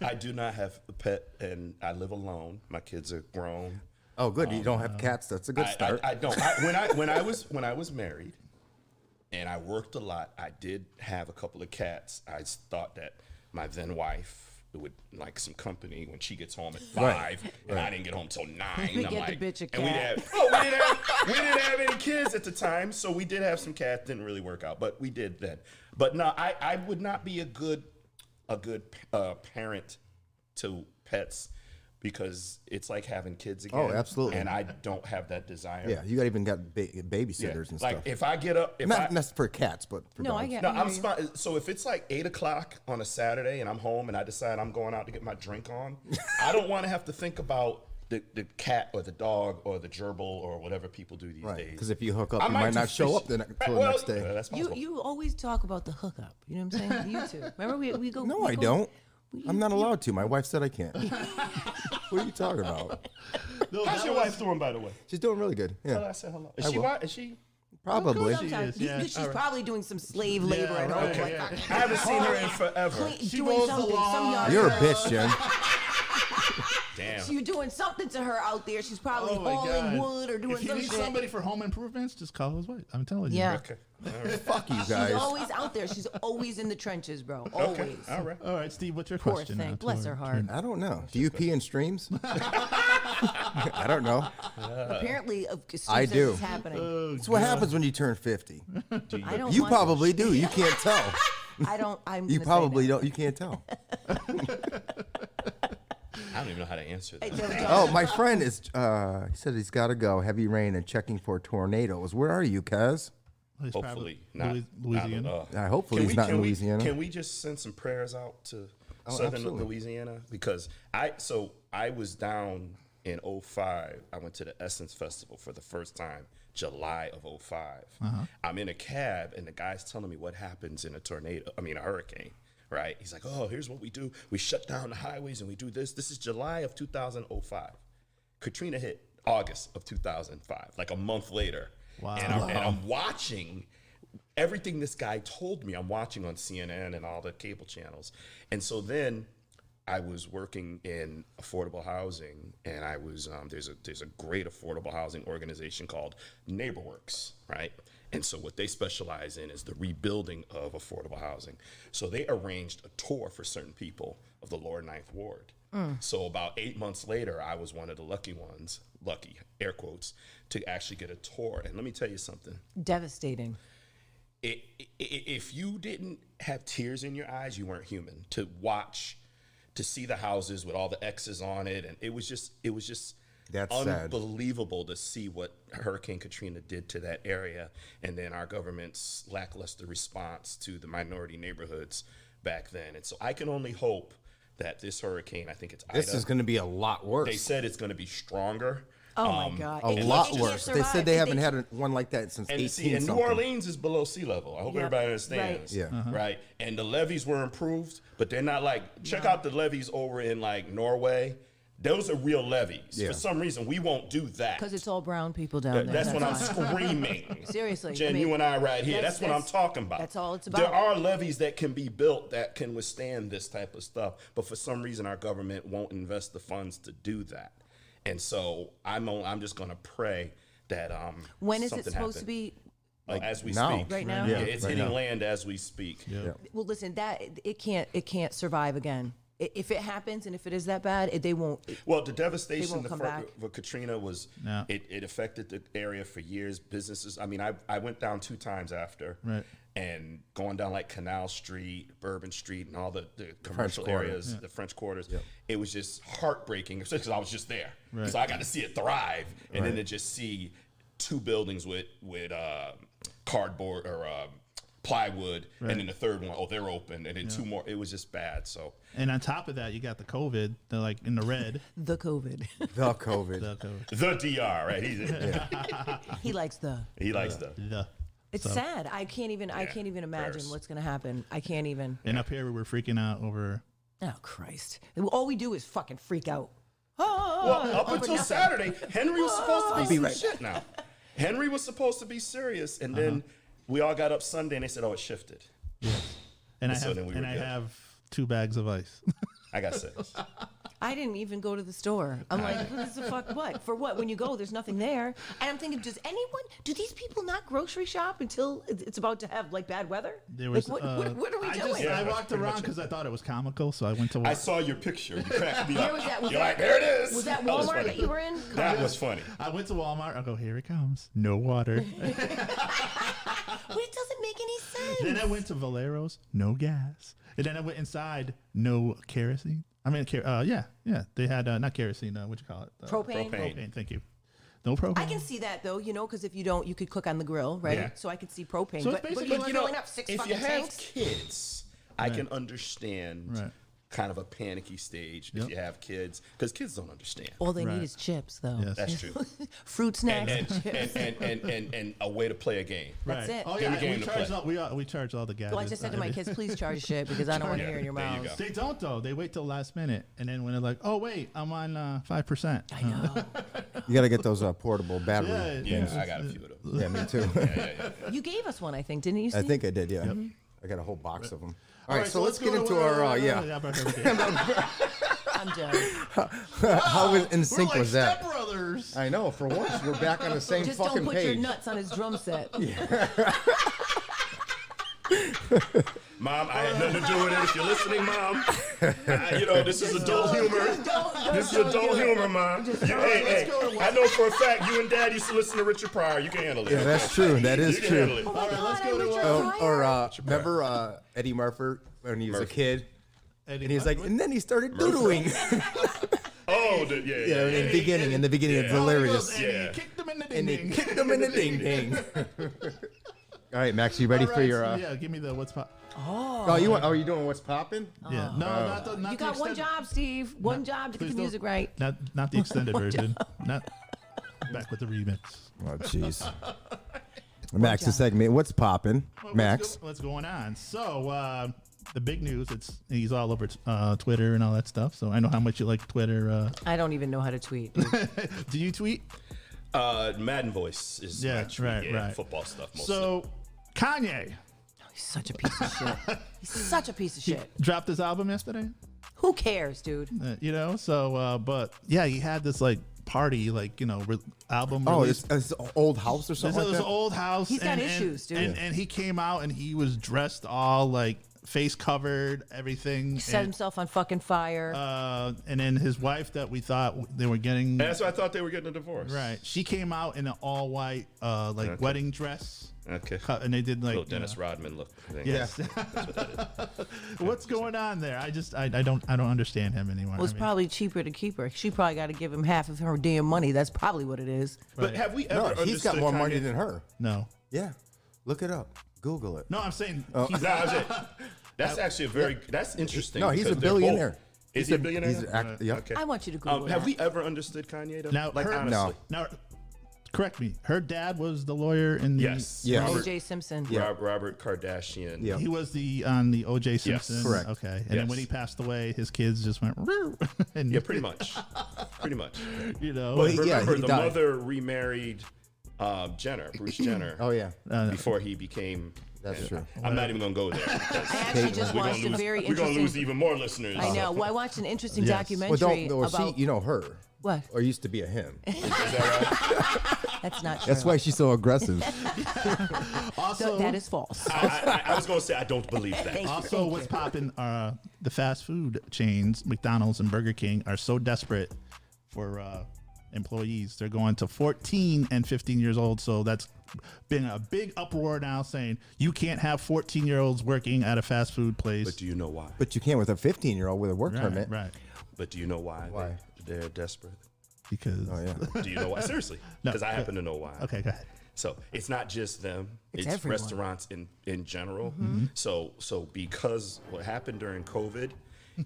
Speaker 10: I do not have a pet and I live alone. My kids are grown.
Speaker 5: Oh, good. You don't have cats. That's a good
Speaker 10: I-
Speaker 5: start.
Speaker 10: I, I, don't. I, when I when I was when I was married, and I worked a lot, I did have a couple of cats. I s- thought that my then wife would like some company when she gets home at five, and I didn't get home till nine.
Speaker 6: We get
Speaker 10: I'm
Speaker 6: the
Speaker 10: like,
Speaker 6: bitch a
Speaker 10: and we
Speaker 6: cat.
Speaker 10: didn't have, oh, we didn't have we didn't have any kids at the time, so we did have some cats. Didn't really work out, but we did then. But no, I I would not be a good a good uh, parent to pets because it's like having kids again.
Speaker 5: Oh, absolutely.
Speaker 10: And I don't have that desire.
Speaker 5: Yeah, you got even got ba- babysitters
Speaker 10: Yeah.
Speaker 5: and
Speaker 10: like
Speaker 5: stuff.
Speaker 10: if I get up, if
Speaker 5: not
Speaker 10: I,
Speaker 5: not for cats, but for
Speaker 6: No, I
Speaker 5: dogs.
Speaker 6: get
Speaker 10: no,
Speaker 6: I
Speaker 10: I'm
Speaker 6: hear you.
Speaker 10: spot. So if it's like eight o'clock on a Saturday and I'm home and I decide I'm going out to get my drink on, I don't want to have to think about the, the cat or the dog or the gerbil or whatever people do these
Speaker 5: Right,
Speaker 10: days.
Speaker 5: 'cause if you hook up,
Speaker 10: I
Speaker 5: you might not
Speaker 10: just
Speaker 5: show
Speaker 10: fish-
Speaker 5: up the ne-
Speaker 10: Right,
Speaker 5: till the
Speaker 10: well,
Speaker 5: next day.
Speaker 10: yeah, that's
Speaker 6: You
Speaker 10: possible.
Speaker 6: you always talk about the hookup. You know what I'm saying? You two. Remember we we go.
Speaker 5: No,
Speaker 6: we
Speaker 5: I
Speaker 6: go-
Speaker 5: don't. I'm not
Speaker 6: you-
Speaker 5: allowed to. My wife said I can't. what are you talking about?
Speaker 9: No,
Speaker 10: How's
Speaker 9: that
Speaker 10: your
Speaker 9: was-
Speaker 10: wife doing, by the way?
Speaker 5: She's doing really good.
Speaker 10: Tell her I
Speaker 5: Yeah,
Speaker 10: said hello. Is
Speaker 5: I
Speaker 10: she?
Speaker 5: will.
Speaker 10: Why, is she?
Speaker 5: probably.
Speaker 9: She
Speaker 6: Sometimes
Speaker 9: is,
Speaker 6: you-
Speaker 9: yeah.
Speaker 6: she's
Speaker 9: All right.
Speaker 6: probably doing some slave labor at home.
Speaker 9: right,
Speaker 6: like,
Speaker 9: yeah.
Speaker 10: I haven't seen her in forever.
Speaker 6: clean- doing
Speaker 9: rolls
Speaker 6: something. Some
Speaker 9: along.
Speaker 6: yard
Speaker 5: You're a
Speaker 6: work.
Speaker 5: bitch, Jen.
Speaker 10: Damn.
Speaker 6: You're doing something to her out there. She's probably
Speaker 9: Oh my
Speaker 6: hauling
Speaker 9: God.
Speaker 6: wood or doing
Speaker 9: If you
Speaker 6: some
Speaker 9: need
Speaker 6: shit.
Speaker 9: somebody for home improvements, just call his wife. I'm telling you.
Speaker 6: Yeah.
Speaker 9: bro.
Speaker 10: Okay.
Speaker 5: Fuck you
Speaker 6: She's
Speaker 5: guys.
Speaker 6: always out there. She's always in the trenches, bro. Always.
Speaker 10: Okay. All right.
Speaker 9: All right, Steve. What's your
Speaker 6: Poor
Speaker 9: question?
Speaker 6: thing.
Speaker 9: now,
Speaker 6: Bless her
Speaker 9: Tori?
Speaker 6: heart.
Speaker 5: I don't know. Do you pee in streams? I don't know.
Speaker 6: Apparently, of
Speaker 5: I
Speaker 6: as soon as
Speaker 5: do.
Speaker 6: It's happening.
Speaker 5: That's what happens when you turn 50.
Speaker 6: I don't.
Speaker 5: You
Speaker 6: want-
Speaker 5: probably do. You can't tell.
Speaker 6: I don't. I'm.
Speaker 5: You
Speaker 6: gonna say
Speaker 5: probably
Speaker 6: no.
Speaker 5: don't. You can't tell.
Speaker 10: I don't even know how to answer that.
Speaker 5: Oh, my friend is. Uh, he said he's got to go. Heavy rain and checking for tornadoes. Where are you, Kaz?
Speaker 9: He's probably
Speaker 10: Hopefully not.
Speaker 9: Louis-
Speaker 10: not in,
Speaker 9: Louisiana.
Speaker 10: uh,
Speaker 5: Uh, hopefully
Speaker 10: can
Speaker 5: he's not in
Speaker 10: can
Speaker 5: Louisiana. Oh,
Speaker 10: Can we just send some prayers out to Southern
Speaker 5: absolutely.
Speaker 10: Louisiana because I so I was down in 05. I went to the Essence Festival for the first time, July of 5
Speaker 9: Uh-huh.
Speaker 10: I'm in a cab and the guy's telling me what happens in a tornado. I mean a hurricane. Right? He's like, "Oh, here's what we do. We shut down the highways and we do this. This is July of 2005. Katrina hit August of 2005, like a month later.
Speaker 9: Wow.
Speaker 10: And I'm, and I'm watching everything this guy told me. I'm watching on CNN and all the cable channels. And so then I was working in affordable housing, and I was um, there's a there's a great affordable housing organization called NeighborWorks, right? And so what they specialize in is the rebuilding of affordable housing. So they arranged a tour for certain people of the Lower Ninth Ward. So about eight months later, I was one of the lucky ones, lucky air quotes, to actually get a tour. And let me tell you something
Speaker 6: Devastating.
Speaker 10: it, i i- if you didn't have tears in your eyes, you weren't human. To watch, to see the houses with all the X's on it, and it was just, it was just
Speaker 5: That's sad.
Speaker 10: unbelievable to see what Hurricane Katrina did to that area, and then our government's lackluster response to the minority neighborhoods back then. And so I can only hope that this hurricane, I think it's
Speaker 5: This
Speaker 10: Ida,
Speaker 5: is going to be a lot worse.
Speaker 10: they said it's going to be stronger.
Speaker 6: Oh my God.
Speaker 5: a
Speaker 6: It- it- it
Speaker 5: lot
Speaker 6: can't
Speaker 5: worse. They
Speaker 6: survive.
Speaker 5: said they
Speaker 6: It-
Speaker 5: haven't had a- one like that since
Speaker 10: And
Speaker 5: 18
Speaker 10: see, and New
Speaker 5: something.
Speaker 10: Orleans is below sea level. I hope
Speaker 6: Yep.
Speaker 10: everybody understands.
Speaker 5: Right. Yeah. Uh-huh.
Speaker 10: Right. And the levees were improved, but they're not like check out the levees over in like Norway. Those are real levees.
Speaker 5: Yeah.
Speaker 10: For some reason, we won't do that.
Speaker 6: Because it's all brown people down
Speaker 10: Th-
Speaker 6: there.
Speaker 10: that's, when I'm
Speaker 6: why.
Speaker 10: screaming.
Speaker 6: Seriously, I
Speaker 10: Jen,
Speaker 6: mean,
Speaker 10: you and I right here.
Speaker 6: that's-
Speaker 10: That's, what I'm
Speaker 6: that's-
Speaker 10: talking about.
Speaker 6: that's all it's
Speaker 10: There
Speaker 6: about.
Speaker 10: are levees that can be built that can withstand this type of stuff, but for some reason our government won't invest the funds to do that. And so I'm on, I'm just gonna pray that um
Speaker 6: When is it
Speaker 10: something
Speaker 6: supposed to
Speaker 10: happen.
Speaker 6: be?
Speaker 10: Like as we
Speaker 5: now.
Speaker 10: speak.
Speaker 6: Right now?
Speaker 10: Yeah,
Speaker 6: Yeah,
Speaker 10: it's
Speaker 5: right
Speaker 10: hitting
Speaker 5: now.
Speaker 10: land as we speak.
Speaker 6: Well, listen, that it can't it can't survive again. I- If it happens and if it is that bad, it, they won't.
Speaker 10: Well, the
Speaker 6: They
Speaker 10: devastation
Speaker 6: won't
Speaker 10: the
Speaker 6: come
Speaker 10: fir-
Speaker 6: back.
Speaker 10: for Katrina was
Speaker 9: Yeah.
Speaker 10: it, it affected the area for years. Businesses. I mean, I I went down two times after.
Speaker 9: Right.
Speaker 10: And going down like Canal Street, Bourbon Street, and all the, the commercial
Speaker 5: Quarter.
Speaker 10: areas, the French quarters, it was just heartbreaking because I was just there. So I got to see it thrive, and then to just see two buildings with with uh, cardboard or um plywood, and then the third one, oh, they're open, and then two more. It was just bad. So
Speaker 9: And on top of that, you got the COVID. They're like in the red.
Speaker 6: The COVID.
Speaker 5: The COVID.
Speaker 9: the COVID.
Speaker 10: the DR, right? He's,
Speaker 6: he likes the.
Speaker 10: He likes the.
Speaker 9: The.
Speaker 6: It's sad. I can't even. I can't even imagine
Speaker 10: prayers.
Speaker 6: what's gonna happen. I can't even.
Speaker 9: And up here, we were freaking out over.
Speaker 6: Oh Christ! All we do is fucking freak out. Oh,
Speaker 10: Well, up
Speaker 6: over
Speaker 10: until
Speaker 6: nothing.
Speaker 10: Saturday, Henry was supposed to be, some shit now. Henry was supposed to be serious, and then
Speaker 6: Uh-huh.
Speaker 10: we all got up Sunday and they said, "Oh, it shifted."
Speaker 9: And I
Speaker 10: So
Speaker 9: have,
Speaker 10: then we
Speaker 9: and
Speaker 10: were
Speaker 9: I
Speaker 10: good.
Speaker 9: have two bags of ice.
Speaker 10: I got six.
Speaker 6: I didn't even go to the store. I'm like, what is the fuck? What for? What? When you go, there's nothing there. And I'm thinking, does anyone? Do these people not grocery shop until it- it's about to have like bad weather?
Speaker 9: There was.
Speaker 6: like, what,
Speaker 9: uh,
Speaker 6: what, what are we
Speaker 9: I
Speaker 6: doing?
Speaker 9: Just, I walked around because I thought it was comical, so I went to.
Speaker 10: I
Speaker 9: Walk.
Speaker 10: saw your picture. You cracked me up.
Speaker 6: was that- was
Speaker 10: You're
Speaker 6: that-
Speaker 10: like, "There it is."
Speaker 6: was that
Speaker 10: was
Speaker 6: Walmart
Speaker 10: funny.
Speaker 6: that you were in? Come
Speaker 10: That
Speaker 6: on.
Speaker 10: was funny.
Speaker 9: I went to Walmart. I go, here it comes. No water.
Speaker 6: Well, it doesn't make any sense.
Speaker 9: then I went to Valero's. No gas. And then I went inside. No kerosene. I mean, ker- uh, yeah, yeah. They had uh, not kerosene. Uh, what you call it? Uh,
Speaker 6: Propane.
Speaker 10: Propane.
Speaker 9: propane. Thank you. No propane.
Speaker 6: I can see that though, you know, because if you don't, you could cook on the grill, right?
Speaker 9: Mm. Yeah.
Speaker 6: So I could see propane.
Speaker 9: So it's
Speaker 6: but, but
Speaker 9: basically
Speaker 6: you're
Speaker 9: like,
Speaker 10: you know,
Speaker 6: filling up six
Speaker 10: if
Speaker 6: fucking
Speaker 10: you have
Speaker 6: tanks.
Speaker 10: kids, I can understand
Speaker 9: Right.
Speaker 10: kind of a panicky stage if
Speaker 9: Yep.
Speaker 10: you have kids, because kids don't understand.
Speaker 6: All they
Speaker 9: Right.
Speaker 6: need is chips, though.
Speaker 9: Yes.
Speaker 10: That's true.
Speaker 6: Fruit snacks.
Speaker 10: and,
Speaker 6: And,
Speaker 10: and, and, and, and, and, and a way to play a game.
Speaker 6: That's it.
Speaker 9: Oh
Speaker 10: Give
Speaker 9: yeah,
Speaker 10: me game
Speaker 9: we
Speaker 10: to
Speaker 9: charge,
Speaker 10: play.
Speaker 9: all, we, uh, we charge all the gadgets.
Speaker 6: well, I just said to
Speaker 9: on
Speaker 6: my
Speaker 9: every-
Speaker 6: kids, please charge shit because I don't want to
Speaker 10: Yeah,
Speaker 6: hear it in your
Speaker 10: there you
Speaker 6: mouth.
Speaker 10: go.
Speaker 9: They don't though. They wait till last minute, and then when they're like, "Oh wait, I'm on five percent."
Speaker 6: I know.
Speaker 5: You got to get those uh, portable battery.
Speaker 9: Yeah,
Speaker 10: Yeah, I got a few of them.
Speaker 5: Yeah, me too.
Speaker 6: You gave us one, I think, didn't you?
Speaker 5: I
Speaker 6: Steve?
Speaker 5: think I did. Yeah, I got a whole box of them. All right,
Speaker 9: Alright,
Speaker 5: so, let's
Speaker 9: go
Speaker 5: get
Speaker 9: to
Speaker 5: into
Speaker 9: where-
Speaker 5: our uh, yeah.
Speaker 9: about everything.
Speaker 6: I'm done.
Speaker 5: How in- in
Speaker 9: We're
Speaker 5: sync
Speaker 9: like
Speaker 5: was
Speaker 9: Step
Speaker 5: that?
Speaker 9: Brothers.
Speaker 5: I know. For once, we're back on the same
Speaker 6: Just
Speaker 5: fucking
Speaker 6: don't put your
Speaker 5: page.
Speaker 6: nuts on his drum set.
Speaker 10: Mom, I had nothing to do with it. If you're listening, Mom, I- you know, this is adult humor.
Speaker 6: Don't-
Speaker 10: This is
Speaker 6: don't
Speaker 10: adult
Speaker 6: do it.
Speaker 10: humor, Mom. You, hey, hey, I know for a fact you and Dad used to listen to Richard Pryor. You can handle it.
Speaker 5: Yeah, that's true. That is
Speaker 10: you can handle
Speaker 5: true.
Speaker 10: it.
Speaker 6: Oh my God,
Speaker 9: let's
Speaker 6: I
Speaker 9: go to,
Speaker 6: wish I
Speaker 9: uh,
Speaker 6: was
Speaker 5: Um,
Speaker 6: higher.
Speaker 5: or uh, remember uh, Eddie Murphy when he was
Speaker 10: Murphy.
Speaker 5: a kid,
Speaker 9: And
Speaker 5: and he was like, and then he started doodling.
Speaker 10: Oh, the, yeah,
Speaker 5: yeah,
Speaker 10: yeah,
Speaker 5: in the beginning, in the beginning, it's
Speaker 9: Oh, he goes,
Speaker 5: hilarious.
Speaker 9: And
Speaker 10: Yeah.
Speaker 9: he kicked them in the ding
Speaker 5: And they
Speaker 9: ding.
Speaker 5: kicked him in the ding ding. All right, Max, you ready for
Speaker 9: Alright,
Speaker 5: your?
Speaker 9: so
Speaker 5: Uh,
Speaker 9: yeah, give me the what's pop.
Speaker 5: Oh, you want? Oh, you doing what's popping?
Speaker 9: Yeah, no, not the not
Speaker 6: Oh. You
Speaker 9: the
Speaker 6: got one
Speaker 9: extended-
Speaker 6: job, Steve. One job to get
Speaker 9: please
Speaker 6: the
Speaker 9: don't-
Speaker 6: music right.
Speaker 9: Not not the extended version. Not back with the remix.
Speaker 5: Oh, jeez. Max, the segment. What's popping,
Speaker 9: Well,
Speaker 5: Max?
Speaker 9: what's, go- what's going on? So uh, the big news. It's he's all over t- uh, Twitter and all that stuff. So I know how much you like Twitter. Uh,
Speaker 6: I don't even know how to tweet.
Speaker 9: do you tweet?
Speaker 10: Uh, Madden voice is
Speaker 9: Yeah,
Speaker 10: my tweet,
Speaker 9: right,
Speaker 10: yeah,
Speaker 9: right.
Speaker 10: Football stuff mostly.
Speaker 9: So Kanye
Speaker 6: He's such a piece of shit. He's such a piece of shit.
Speaker 9: dropped his album yesterday.
Speaker 6: Who cares, dude?
Speaker 9: Uh, you know, so uh, but yeah, he had this like party, like you know, re- album.
Speaker 5: Oh,
Speaker 9: release
Speaker 5: it's, it's an old house or
Speaker 9: This
Speaker 5: something.
Speaker 9: is
Speaker 5: like
Speaker 9: an
Speaker 5: that?
Speaker 9: old house.
Speaker 6: He's got
Speaker 9: and,
Speaker 6: issues, dude.
Speaker 9: and, And, and he came out and he was dressed all like face covered, everything.
Speaker 6: He set
Speaker 9: and,
Speaker 6: himself on fucking fire.
Speaker 9: uh, and then his wife that we thought they were getting
Speaker 10: that's why I thought they were getting a divorce.
Speaker 9: right, she came out in an all white uh, like wedding dress.
Speaker 10: Okay.
Speaker 9: Cut- And they did like
Speaker 10: Little Dennis
Speaker 9: you know-
Speaker 10: Rodman look. thing.
Speaker 9: Yes. What's going on there? I just I, I don't I don't understand him anymore.
Speaker 6: Well, it's
Speaker 9: I mean,
Speaker 6: probably cheaper to keep her. She probably got to give him half of her damn money. That's probably what it is.
Speaker 10: But have we ever
Speaker 5: No,
Speaker 10: understood
Speaker 5: he's got more
Speaker 10: Kanye?
Speaker 5: money than her.
Speaker 9: no.
Speaker 5: Yeah, look it up. Google it.
Speaker 9: No, I'm saying he's
Speaker 10: No, that's it. That's actually a very that's interesting.
Speaker 5: No, he's a
Speaker 10: because they're both-
Speaker 5: billionaire. He's
Speaker 10: Is he a billionaire?
Speaker 5: He's act- yeah.
Speaker 10: Okay.
Speaker 6: I want you to Google
Speaker 10: Um, have
Speaker 6: that.
Speaker 10: we ever understood Kanye though?
Speaker 9: Now,
Speaker 10: like
Speaker 9: her-
Speaker 10: honestly,
Speaker 5: No.
Speaker 9: Now, correct me. Her dad was the lawyer in the
Speaker 10: yes,
Speaker 5: Yeah.
Speaker 10: Robert,
Speaker 6: O.J. Simpson.
Speaker 10: Rob- Robert Kardashian.
Speaker 5: Yeah.
Speaker 9: He was the on the O.J. Simpson.
Speaker 5: correct.
Speaker 9: Okay, and then
Speaker 10: Yes.
Speaker 9: when he passed away, his kids just went. "Roo," and
Speaker 10: yeah, pretty much, pretty much.
Speaker 9: You know,
Speaker 10: But
Speaker 5: he- yeah,
Speaker 10: remember,
Speaker 5: he
Speaker 10: the
Speaker 5: died.
Speaker 10: mother remarried uh, Jenner, Bruce Jenner.
Speaker 5: Oh yeah.
Speaker 10: Before he became.
Speaker 5: That's
Speaker 10: and
Speaker 5: true.
Speaker 10: I'm not even gonna go there. because
Speaker 6: I actually just
Speaker 10: we're gonna
Speaker 6: watched a
Speaker 10: lose-
Speaker 6: very
Speaker 10: We're gonna lose
Speaker 6: interesting.
Speaker 10: even more listeners.
Speaker 6: I know. Well, I watched an interesting
Speaker 9: Yes.
Speaker 5: Well,
Speaker 6: documentary
Speaker 5: don't. Or
Speaker 6: about.
Speaker 5: she, you know her.
Speaker 6: What?
Speaker 5: Or used to be a him.
Speaker 6: that's not true.
Speaker 5: That's why she's so aggressive.
Speaker 9: also,
Speaker 6: So that is false.
Speaker 10: I, I, I was gonna say I don't believe that.
Speaker 6: Thank you.
Speaker 9: also what's popping are the fast food chains, McDonald's and Burger King, are so desperate for uh, employees. They're going to 14 and 15 years old. So that's been a big uproar now, saying you can't have 14 year olds working at a fast food place.
Speaker 10: But do you know why?
Speaker 5: but you can't with a 15 year old with a work
Speaker 9: right,
Speaker 5: permit.
Speaker 9: right?
Speaker 10: But do you know why?
Speaker 5: Why?
Speaker 10: They're, they're desperate.
Speaker 9: Because
Speaker 5: Oh yeah.
Speaker 10: Do you know why? Seriously,
Speaker 9: No,
Speaker 10: because I happen to know why.
Speaker 9: okay, go ahead.
Speaker 10: So it's not just them.
Speaker 6: It's
Speaker 10: It's,
Speaker 6: everyone.
Speaker 10: restaurants in in general.
Speaker 5: Mm-hmm.
Speaker 10: So so because what happened during COVID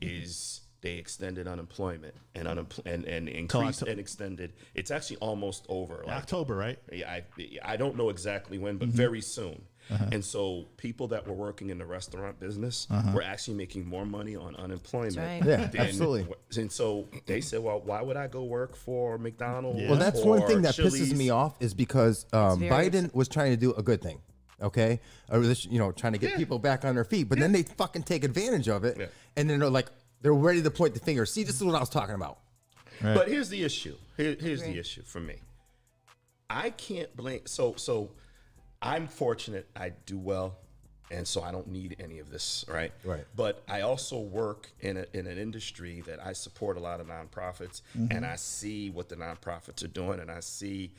Speaker 10: is they extended unemployment and unempl- and and increased
Speaker 9: Octo-
Speaker 10: and extended. It's actually almost over. Like
Speaker 9: October, right?
Speaker 10: yeah, I I don't know exactly when,
Speaker 5: Mm-hmm.
Speaker 10: but very soon.
Speaker 5: Uh-huh.
Speaker 10: And so people that were working in the restaurant business
Speaker 5: Uh-huh.
Speaker 10: were actually making more money on unemployment.
Speaker 6: right.
Speaker 5: Yeah,
Speaker 10: than-
Speaker 5: absolutely.
Speaker 10: And so they said, "Well, why would I go work for McDonald's?"
Speaker 5: Well, that's one
Speaker 10: or
Speaker 5: thing that
Speaker 10: Chili's?"
Speaker 5: pisses me off is because um,
Speaker 6: very
Speaker 5: Biden was trying to do a good thing, okay? Or this, you know, trying to get people back on their feet, but then they fucking take advantage of it,
Speaker 10: Yeah.
Speaker 5: and then they're like, they're ready to point the finger. See, this is what I was talking about.
Speaker 10: But here's the issue. Here- here's
Speaker 6: Agree.
Speaker 10: the issue for me. I can't blame. So so, I'm fortunate. I do well, and so I don't need any of this. Right.
Speaker 5: Right.
Speaker 10: But I also work in a, in an industry that I support a lot of nonprofits, and I see what the nonprofits are doing, and I see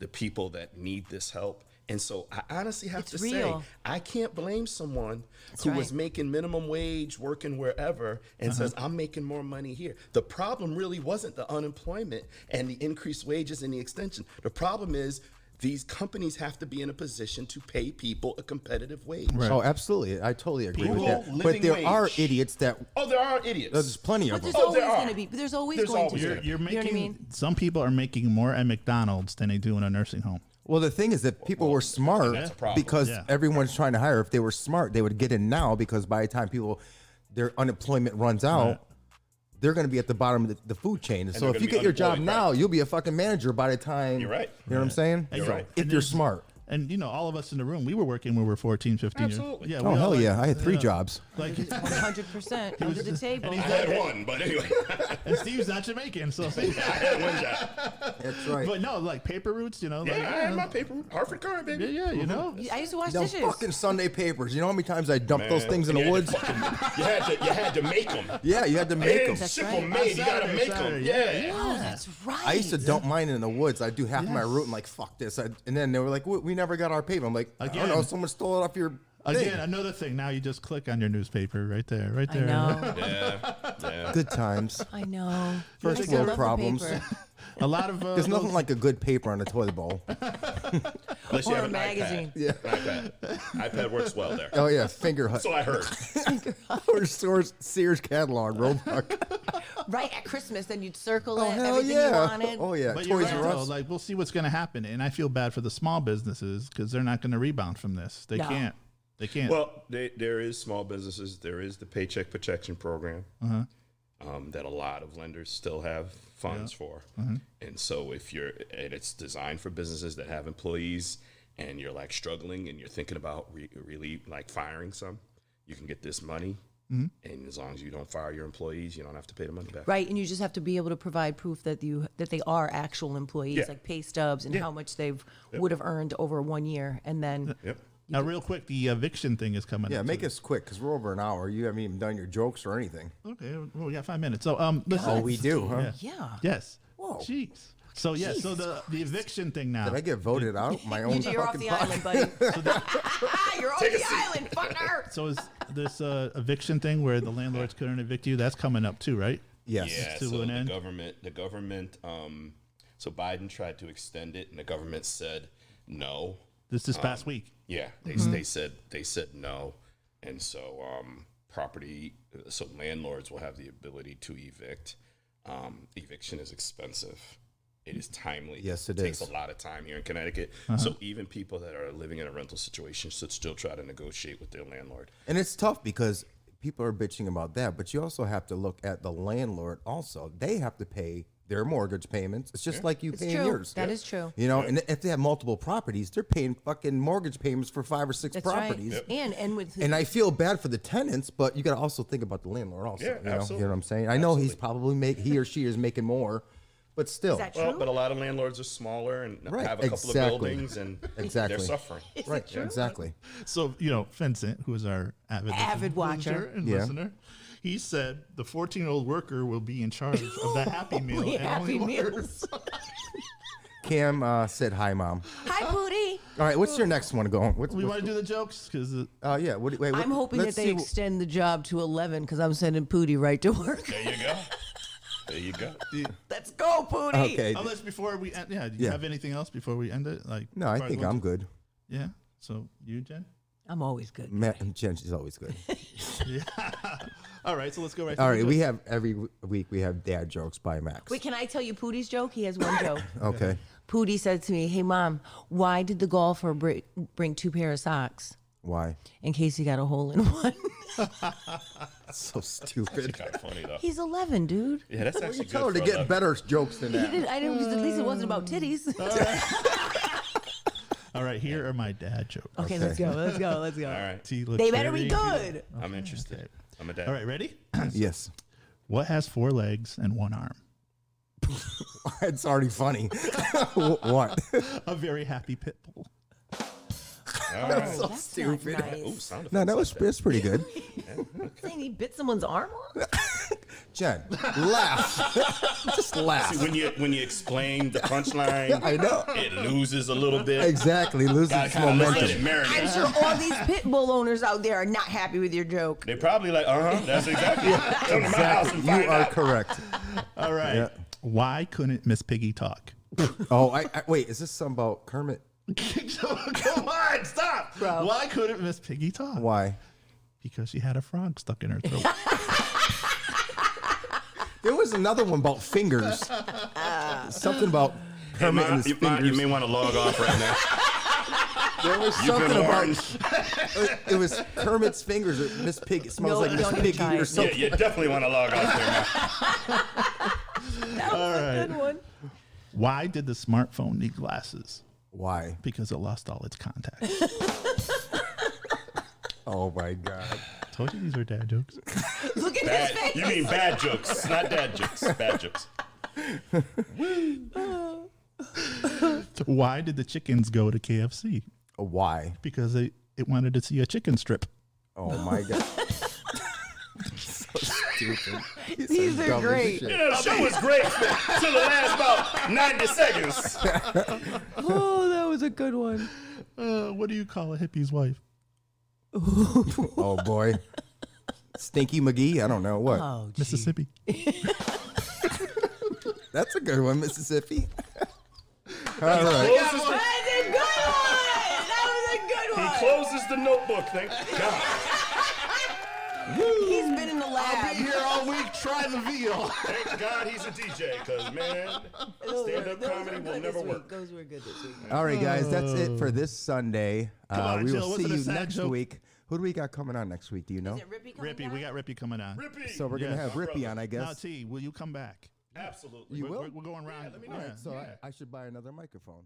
Speaker 10: the people that need this help. And so I honestly have
Speaker 6: It's
Speaker 10: to
Speaker 6: real.
Speaker 10: say, I can't blame someone who was
Speaker 6: right.
Speaker 10: making minimum wage, working wherever, and says, I'm making more money here. The problem really wasn't the unemployment and the increased wages and the extension. The problem is these companies have to be in a position to pay people a competitive wage.
Speaker 5: Oh, absolutely. I totally agree with
Speaker 10: People,
Speaker 5: that. But
Speaker 10: living
Speaker 5: there
Speaker 10: wage.
Speaker 5: are idiots that
Speaker 10: Oh, there are idiots.
Speaker 5: there's plenty
Speaker 6: But
Speaker 5: of them.
Speaker 6: there's
Speaker 10: Oh,
Speaker 6: always
Speaker 10: there
Speaker 6: going to
Speaker 10: are.
Speaker 6: be. There's always
Speaker 10: There's
Speaker 6: going
Speaker 10: always
Speaker 6: to
Speaker 10: gonna
Speaker 9: You're,
Speaker 6: be.
Speaker 10: be.
Speaker 6: You know
Speaker 9: you're making
Speaker 6: what I mean?
Speaker 9: some people are making more at McDonald's than they do in a nursing home.
Speaker 5: Well, the thing is that people were smart
Speaker 10: a problem.
Speaker 5: because
Speaker 9: Yeah.
Speaker 5: everyone's trying to hire. If they were smart, they would get in now because by the time people their unemployment runs out,
Speaker 9: Right.
Speaker 5: they're going to be at the bottom of the, the food chain. so
Speaker 10: they're
Speaker 5: if
Speaker 10: gonna
Speaker 5: you
Speaker 10: be
Speaker 5: get your job
Speaker 10: unemployed,
Speaker 5: now,
Speaker 10: right.
Speaker 5: you'll be a fucking manager by the time.
Speaker 10: You're right.
Speaker 5: You know what I'm saying?
Speaker 9: You're
Speaker 5: So
Speaker 10: right.
Speaker 5: If you're smart,
Speaker 9: And you know, all of us in the room, we were working when we were 14, 15
Speaker 10: Absolutely.
Speaker 9: years. Yeah,
Speaker 5: oh
Speaker 9: we all,
Speaker 5: hell
Speaker 9: like-
Speaker 5: yeah, I had three
Speaker 9: yeah.
Speaker 5: jobs.
Speaker 9: Like,
Speaker 6: Hundred percent under the table.
Speaker 10: I had one, but anyway.
Speaker 9: and Steve's not Jamaican, so say
Speaker 10: I had one job.
Speaker 5: That's right.
Speaker 9: But no, like paper routes, you know.
Speaker 10: Yeah,
Speaker 9: like,
Speaker 10: I had my paper. Hartford Current,
Speaker 9: Yeah,
Speaker 10: baby.
Speaker 9: yeah, you know.
Speaker 6: I used to wash
Speaker 5: Those
Speaker 6: dishes.
Speaker 5: fucking Sunday papers. You know how many times I dumped those
Speaker 10: Man,
Speaker 5: things in
Speaker 10: you
Speaker 5: the
Speaker 10: had to
Speaker 5: woods?
Speaker 10: fucking- you, had to, you had to make them.
Speaker 5: Yeah, you had to make them.
Speaker 10: And ship
Speaker 6: right.
Speaker 10: them made. You gotta
Speaker 9: Saturday,
Speaker 10: make them.
Speaker 9: Saturday,
Speaker 10: Yeah.
Speaker 6: Oh, that's right.
Speaker 5: I used to dump mine in the woods. I'd do half my
Speaker 9: Yes.
Speaker 5: route and like fuck this. I, and then they were like, we, "We never got our paper." I'm like, "I
Speaker 9: Again.
Speaker 5: don't know. Someone stole it off your
Speaker 9: Again,
Speaker 5: thing."
Speaker 9: another thing. Now you just click on your newspaper right there, right
Speaker 6: I
Speaker 9: there.
Speaker 6: know.
Speaker 5: Good times.
Speaker 6: I know.
Speaker 5: First
Speaker 6: I still
Speaker 5: world
Speaker 6: love the
Speaker 5: problems.
Speaker 6: paper.
Speaker 9: A lot of uh,
Speaker 5: There's nothing
Speaker 9: those-
Speaker 5: like a good paper on a toilet bowl.
Speaker 10: Unless you
Speaker 6: Or a
Speaker 10: have an
Speaker 6: magazine.
Speaker 10: iPad. Yeah. iPad. iPad works well there.
Speaker 5: Oh yeah, finger hut.
Speaker 10: So I heard.
Speaker 5: Or Sears, Sears catalog, Roebuck.
Speaker 6: Right at Christmas, then you'd circle
Speaker 5: Oh
Speaker 6: it,
Speaker 5: hell
Speaker 6: everything you
Speaker 5: yeah.
Speaker 6: wanted.
Speaker 5: Oh yeah,
Speaker 9: But you're
Speaker 5: Toys
Speaker 9: right,
Speaker 5: R
Speaker 9: though.
Speaker 5: Us.
Speaker 9: Like, we'll see what's going to happen, and I feel bad for the small businesses because they're not going to rebound from this. They
Speaker 6: No.
Speaker 9: can't. They can't.
Speaker 10: Well, they, there is small businesses. There is the Paycheck Protection Program
Speaker 9: Uh-huh.
Speaker 10: um, that a lot of lenders still have funds for.
Speaker 9: Uh-huh.
Speaker 10: And so, if you're, and it's designed for businesses that have employees, and you're like struggling, and you're thinking about re- really like firing some, you can get this money.
Speaker 9: Mm-hmm.
Speaker 10: And as long as you don't fire your employees, you don't have to pay the money back.
Speaker 6: Right, and you just have to be able to provide proof that you that they are actual employees,
Speaker 10: Yeah.
Speaker 6: like pay stubs and how much they've would have earned over one year, and then
Speaker 10: Yep.
Speaker 9: now, real quick, the eviction thing is coming.
Speaker 5: Yeah,
Speaker 9: up,
Speaker 5: make
Speaker 9: too.
Speaker 5: us quick because we're over an hour. You haven't even done your jokes or anything.
Speaker 9: Okay, well, we got five minutes. So, um, listen.
Speaker 5: Oh, we do, huh?
Speaker 6: yeah,
Speaker 9: Yes.
Speaker 5: Whoa.
Speaker 9: Jeez. So yeah. So the the eviction thing now.
Speaker 5: Did I get voted out? My own
Speaker 6: you are off
Speaker 5: fucking
Speaker 6: the
Speaker 5: podcast.
Speaker 6: island, buddy. you're off the island, fucker.
Speaker 9: so is this uh, eviction thing where the landlords couldn't evict you? That's coming up too, right?
Speaker 5: Yes.
Speaker 10: Yeah,
Speaker 9: to
Speaker 10: so
Speaker 9: an
Speaker 10: the
Speaker 9: end?
Speaker 10: government, the government, um, so Biden tried to extend it, and the government said no.
Speaker 9: This
Speaker 5: Uh,
Speaker 9: this past week.
Speaker 10: Yeah, they,
Speaker 5: Mm-hmm.
Speaker 10: they said they said no, and so um, property, so landlords will have the ability to evict. Um, eviction is expensive. It is timely.
Speaker 5: Yes, it
Speaker 10: it takes
Speaker 5: is. Uh-huh.
Speaker 10: a lot of time here in Connecticut. So even people that are living in a rental situation should still try to negotiate with their landlord.
Speaker 5: And it's tough because people are bitching about that, but you also have to look at the landlord also. They have to pay their mortgage payments. It's just like you
Speaker 6: It's
Speaker 5: paying
Speaker 6: true.
Speaker 5: yours.
Speaker 6: That is true.
Speaker 5: You know, and if they have multiple properties, they're paying fucking mortgage payments for five or six
Speaker 6: That's
Speaker 5: properties.
Speaker 6: right. And and with
Speaker 5: And I feel bad for the tenants, but you got to also think about the landlord also.
Speaker 10: Yeah,
Speaker 5: you, know? you
Speaker 10: absolutely.
Speaker 5: know what I'm saying? I know he's probably make he or she is making more, but still,
Speaker 6: is that true?
Speaker 10: Well, but a lot of landlords are smaller and
Speaker 5: Right,
Speaker 10: have a couple
Speaker 5: exactly.
Speaker 10: of buildings, and
Speaker 5: Exactly.
Speaker 10: they're suffering.
Speaker 5: right? Exactly.
Speaker 9: So you know, Vincent, who is our avid listen-
Speaker 6: Avid watcher.
Speaker 9: visitor and
Speaker 5: Yeah.
Speaker 9: listener, he said the 14 year old worker will be in charge of the Happy Meal.
Speaker 6: Only
Speaker 9: and only
Speaker 6: Happy
Speaker 9: orders-
Speaker 6: Meals.
Speaker 5: Cam uh, said hi, mom.
Speaker 6: Hi, Pootie.
Speaker 5: All right, what's your next one going? What's,
Speaker 9: We
Speaker 5: what's-
Speaker 9: want to do the jokes because
Speaker 5: uh, yeah. What, wait,
Speaker 6: I'm
Speaker 5: what-
Speaker 6: hoping that
Speaker 5: let's
Speaker 6: they
Speaker 5: see what-
Speaker 6: extend the job to 11 because I'm sending Pootie right to work.
Speaker 10: There you go. There you go.
Speaker 6: Let's go, Pootie.
Speaker 5: Okay.
Speaker 9: unless before we end, yeah, do you
Speaker 5: Yeah.
Speaker 9: have anything else before we end it? Like
Speaker 5: No, I
Speaker 9: before
Speaker 5: think
Speaker 9: go
Speaker 5: I'm
Speaker 9: to-
Speaker 5: good.
Speaker 9: Yeah. So you, Jen.
Speaker 6: I'm always good.
Speaker 5: Matt and Jen is always good.
Speaker 9: All right, so let's go right.
Speaker 5: All
Speaker 9: to the
Speaker 5: right, we
Speaker 9: jokes.
Speaker 5: have every w- week we have dad jokes by Max.
Speaker 6: Wait, can I tell you Pootie's joke? He has one joke.
Speaker 5: Okay.
Speaker 6: Pootie said to me, Hey, mom, why did the golfer br- bring two pair of socks
Speaker 5: Why?
Speaker 6: in case he got a hole in one?
Speaker 5: So stupid.
Speaker 10: Kind of funny though.
Speaker 6: He's 11, dude.
Speaker 10: Yeah, that's actually
Speaker 5: You
Speaker 10: good
Speaker 5: tell her to
Speaker 10: for
Speaker 5: get
Speaker 10: eleven.
Speaker 5: better jokes than
Speaker 6: He
Speaker 5: that.
Speaker 6: did, I didn't, at least it wasn't about titties.
Speaker 9: All right, here are my dad jokes.
Speaker 6: okay, let's go. Let's go. Let's go.
Speaker 10: All right,
Speaker 9: Tea looks
Speaker 6: Oh, They better be
Speaker 9: very-
Speaker 6: good.
Speaker 10: I'm interested. I'm a dad.
Speaker 9: All right, ready?
Speaker 5: Yes.
Speaker 9: What has four legs and one arm?
Speaker 5: It's already funny. Wh- what?
Speaker 9: A very happy pit bull.
Speaker 6: Oh, That's
Speaker 5: so stupid.
Speaker 6: Not nice.
Speaker 10: Ooh, sound
Speaker 5: No,
Speaker 10: effects
Speaker 5: that was
Speaker 10: like
Speaker 5: that's pretty good.
Speaker 6: Saying he bit someone's arm off?
Speaker 5: Jen, laugh. Just
Speaker 10: See,
Speaker 5: laugh.
Speaker 10: when you when you explain the punchline,
Speaker 5: I know.
Speaker 10: it loses a little bit.
Speaker 5: Exactly, losing
Speaker 10: Gotta
Speaker 5: its
Speaker 10: kind of let it
Speaker 5: momentum.
Speaker 6: I'm
Speaker 10: marinate.
Speaker 6: sure all these pit bull owners out there are not happy with your joke.
Speaker 10: They probably like, uh huh. That's exactly. Come to my house
Speaker 5: Exactly.
Speaker 10: and
Speaker 5: You
Speaker 10: find
Speaker 5: are
Speaker 10: out.
Speaker 5: correct.
Speaker 9: All right.
Speaker 5: Yeah.
Speaker 9: Why couldn't Miss Piggy talk?
Speaker 5: Oh, I, I wait. Is this something about Kermit?
Speaker 9: Come on, stop. Why couldn't Miss Piggy talk?
Speaker 5: Why?
Speaker 9: Because she had a frog stuck in her throat.
Speaker 5: There was another one about fingers. something about
Speaker 10: Hey,
Speaker 5: Kermit
Speaker 10: Ma,
Speaker 5: and his
Speaker 10: you, Ma,
Speaker 5: fingers.
Speaker 10: you may want to log off right now.
Speaker 5: there was
Speaker 10: You've
Speaker 5: something
Speaker 10: been warned.
Speaker 5: about it, it was Kermit's fingers or Miss Piggy. It smells
Speaker 6: No,
Speaker 5: like Miss
Speaker 6: don't even
Speaker 5: Piggy
Speaker 6: try
Speaker 5: or
Speaker 6: it.
Speaker 10: Yeah,
Speaker 5: something.
Speaker 10: you definitely want to log off there. Ma.
Speaker 6: Good one.
Speaker 9: Why did the smartphone need glasses?
Speaker 5: Why?
Speaker 9: Because it lost all its contact.
Speaker 5: Oh my God.
Speaker 9: Told you these were dad jokes.
Speaker 6: Look at his
Speaker 10: Bad,
Speaker 6: face.
Speaker 10: you mean bad jokes, not dad jokes. Bad jokes.
Speaker 9: Why did the chickens go to KFC?
Speaker 5: Why?
Speaker 9: Because they, it wanted to see a chicken strip.
Speaker 5: Oh my God. so stupid. These,
Speaker 6: These are
Speaker 5: dumb as
Speaker 6: great.
Speaker 5: shit.
Speaker 10: Yeah, the show was great until the last about 90 seconds.
Speaker 6: Oh, that was a good one.
Speaker 9: Uh, what do you call a hippie's wife?
Speaker 5: Oh boy. Stinky McGee. I don't know what.
Speaker 6: Oh, gee.
Speaker 9: Mississippi.
Speaker 5: That's a good one, Mississippi. All
Speaker 10: He
Speaker 5: right.
Speaker 10: closes the,
Speaker 6: That's a good one. That was a good
Speaker 10: he
Speaker 6: one.
Speaker 10: closes the notebook. Thank God.
Speaker 6: He's been in the lab.
Speaker 9: here all week. Try the veal.
Speaker 10: Thank God he's a DJ, because, man,
Speaker 6: Those were-
Speaker 10: stand up
Speaker 6: those
Speaker 10: comedy
Speaker 6: were
Speaker 10: will
Speaker 6: good
Speaker 10: never
Speaker 6: this week.
Speaker 10: work.
Speaker 6: Those were good this week.
Speaker 5: All right, guys. That's it for this Sunday. Uh,
Speaker 9: Hmm. on,
Speaker 5: we
Speaker 9: Jill,
Speaker 5: will
Speaker 9: wasn't
Speaker 5: see
Speaker 9: it a
Speaker 5: you
Speaker 9: sad
Speaker 5: next
Speaker 9: joke?
Speaker 5: week. Who do we got coming on next week? Do you know?
Speaker 6: Is it Rippy coming
Speaker 9: Rippy, we
Speaker 6: back?
Speaker 9: got Rippy coming on.
Speaker 10: Rippy.
Speaker 5: So we're gonna
Speaker 9: Yeah.
Speaker 5: have Rippy on, I
Speaker 9: Now,
Speaker 5: guess.
Speaker 9: T, will you come back?
Speaker 10: Absolutely.
Speaker 5: You
Speaker 9: We're,
Speaker 5: will.
Speaker 9: we're- we're going round.
Speaker 10: let me
Speaker 5: All
Speaker 10: know.
Speaker 9: yeah.
Speaker 5: right. So I, I should buy another microphone.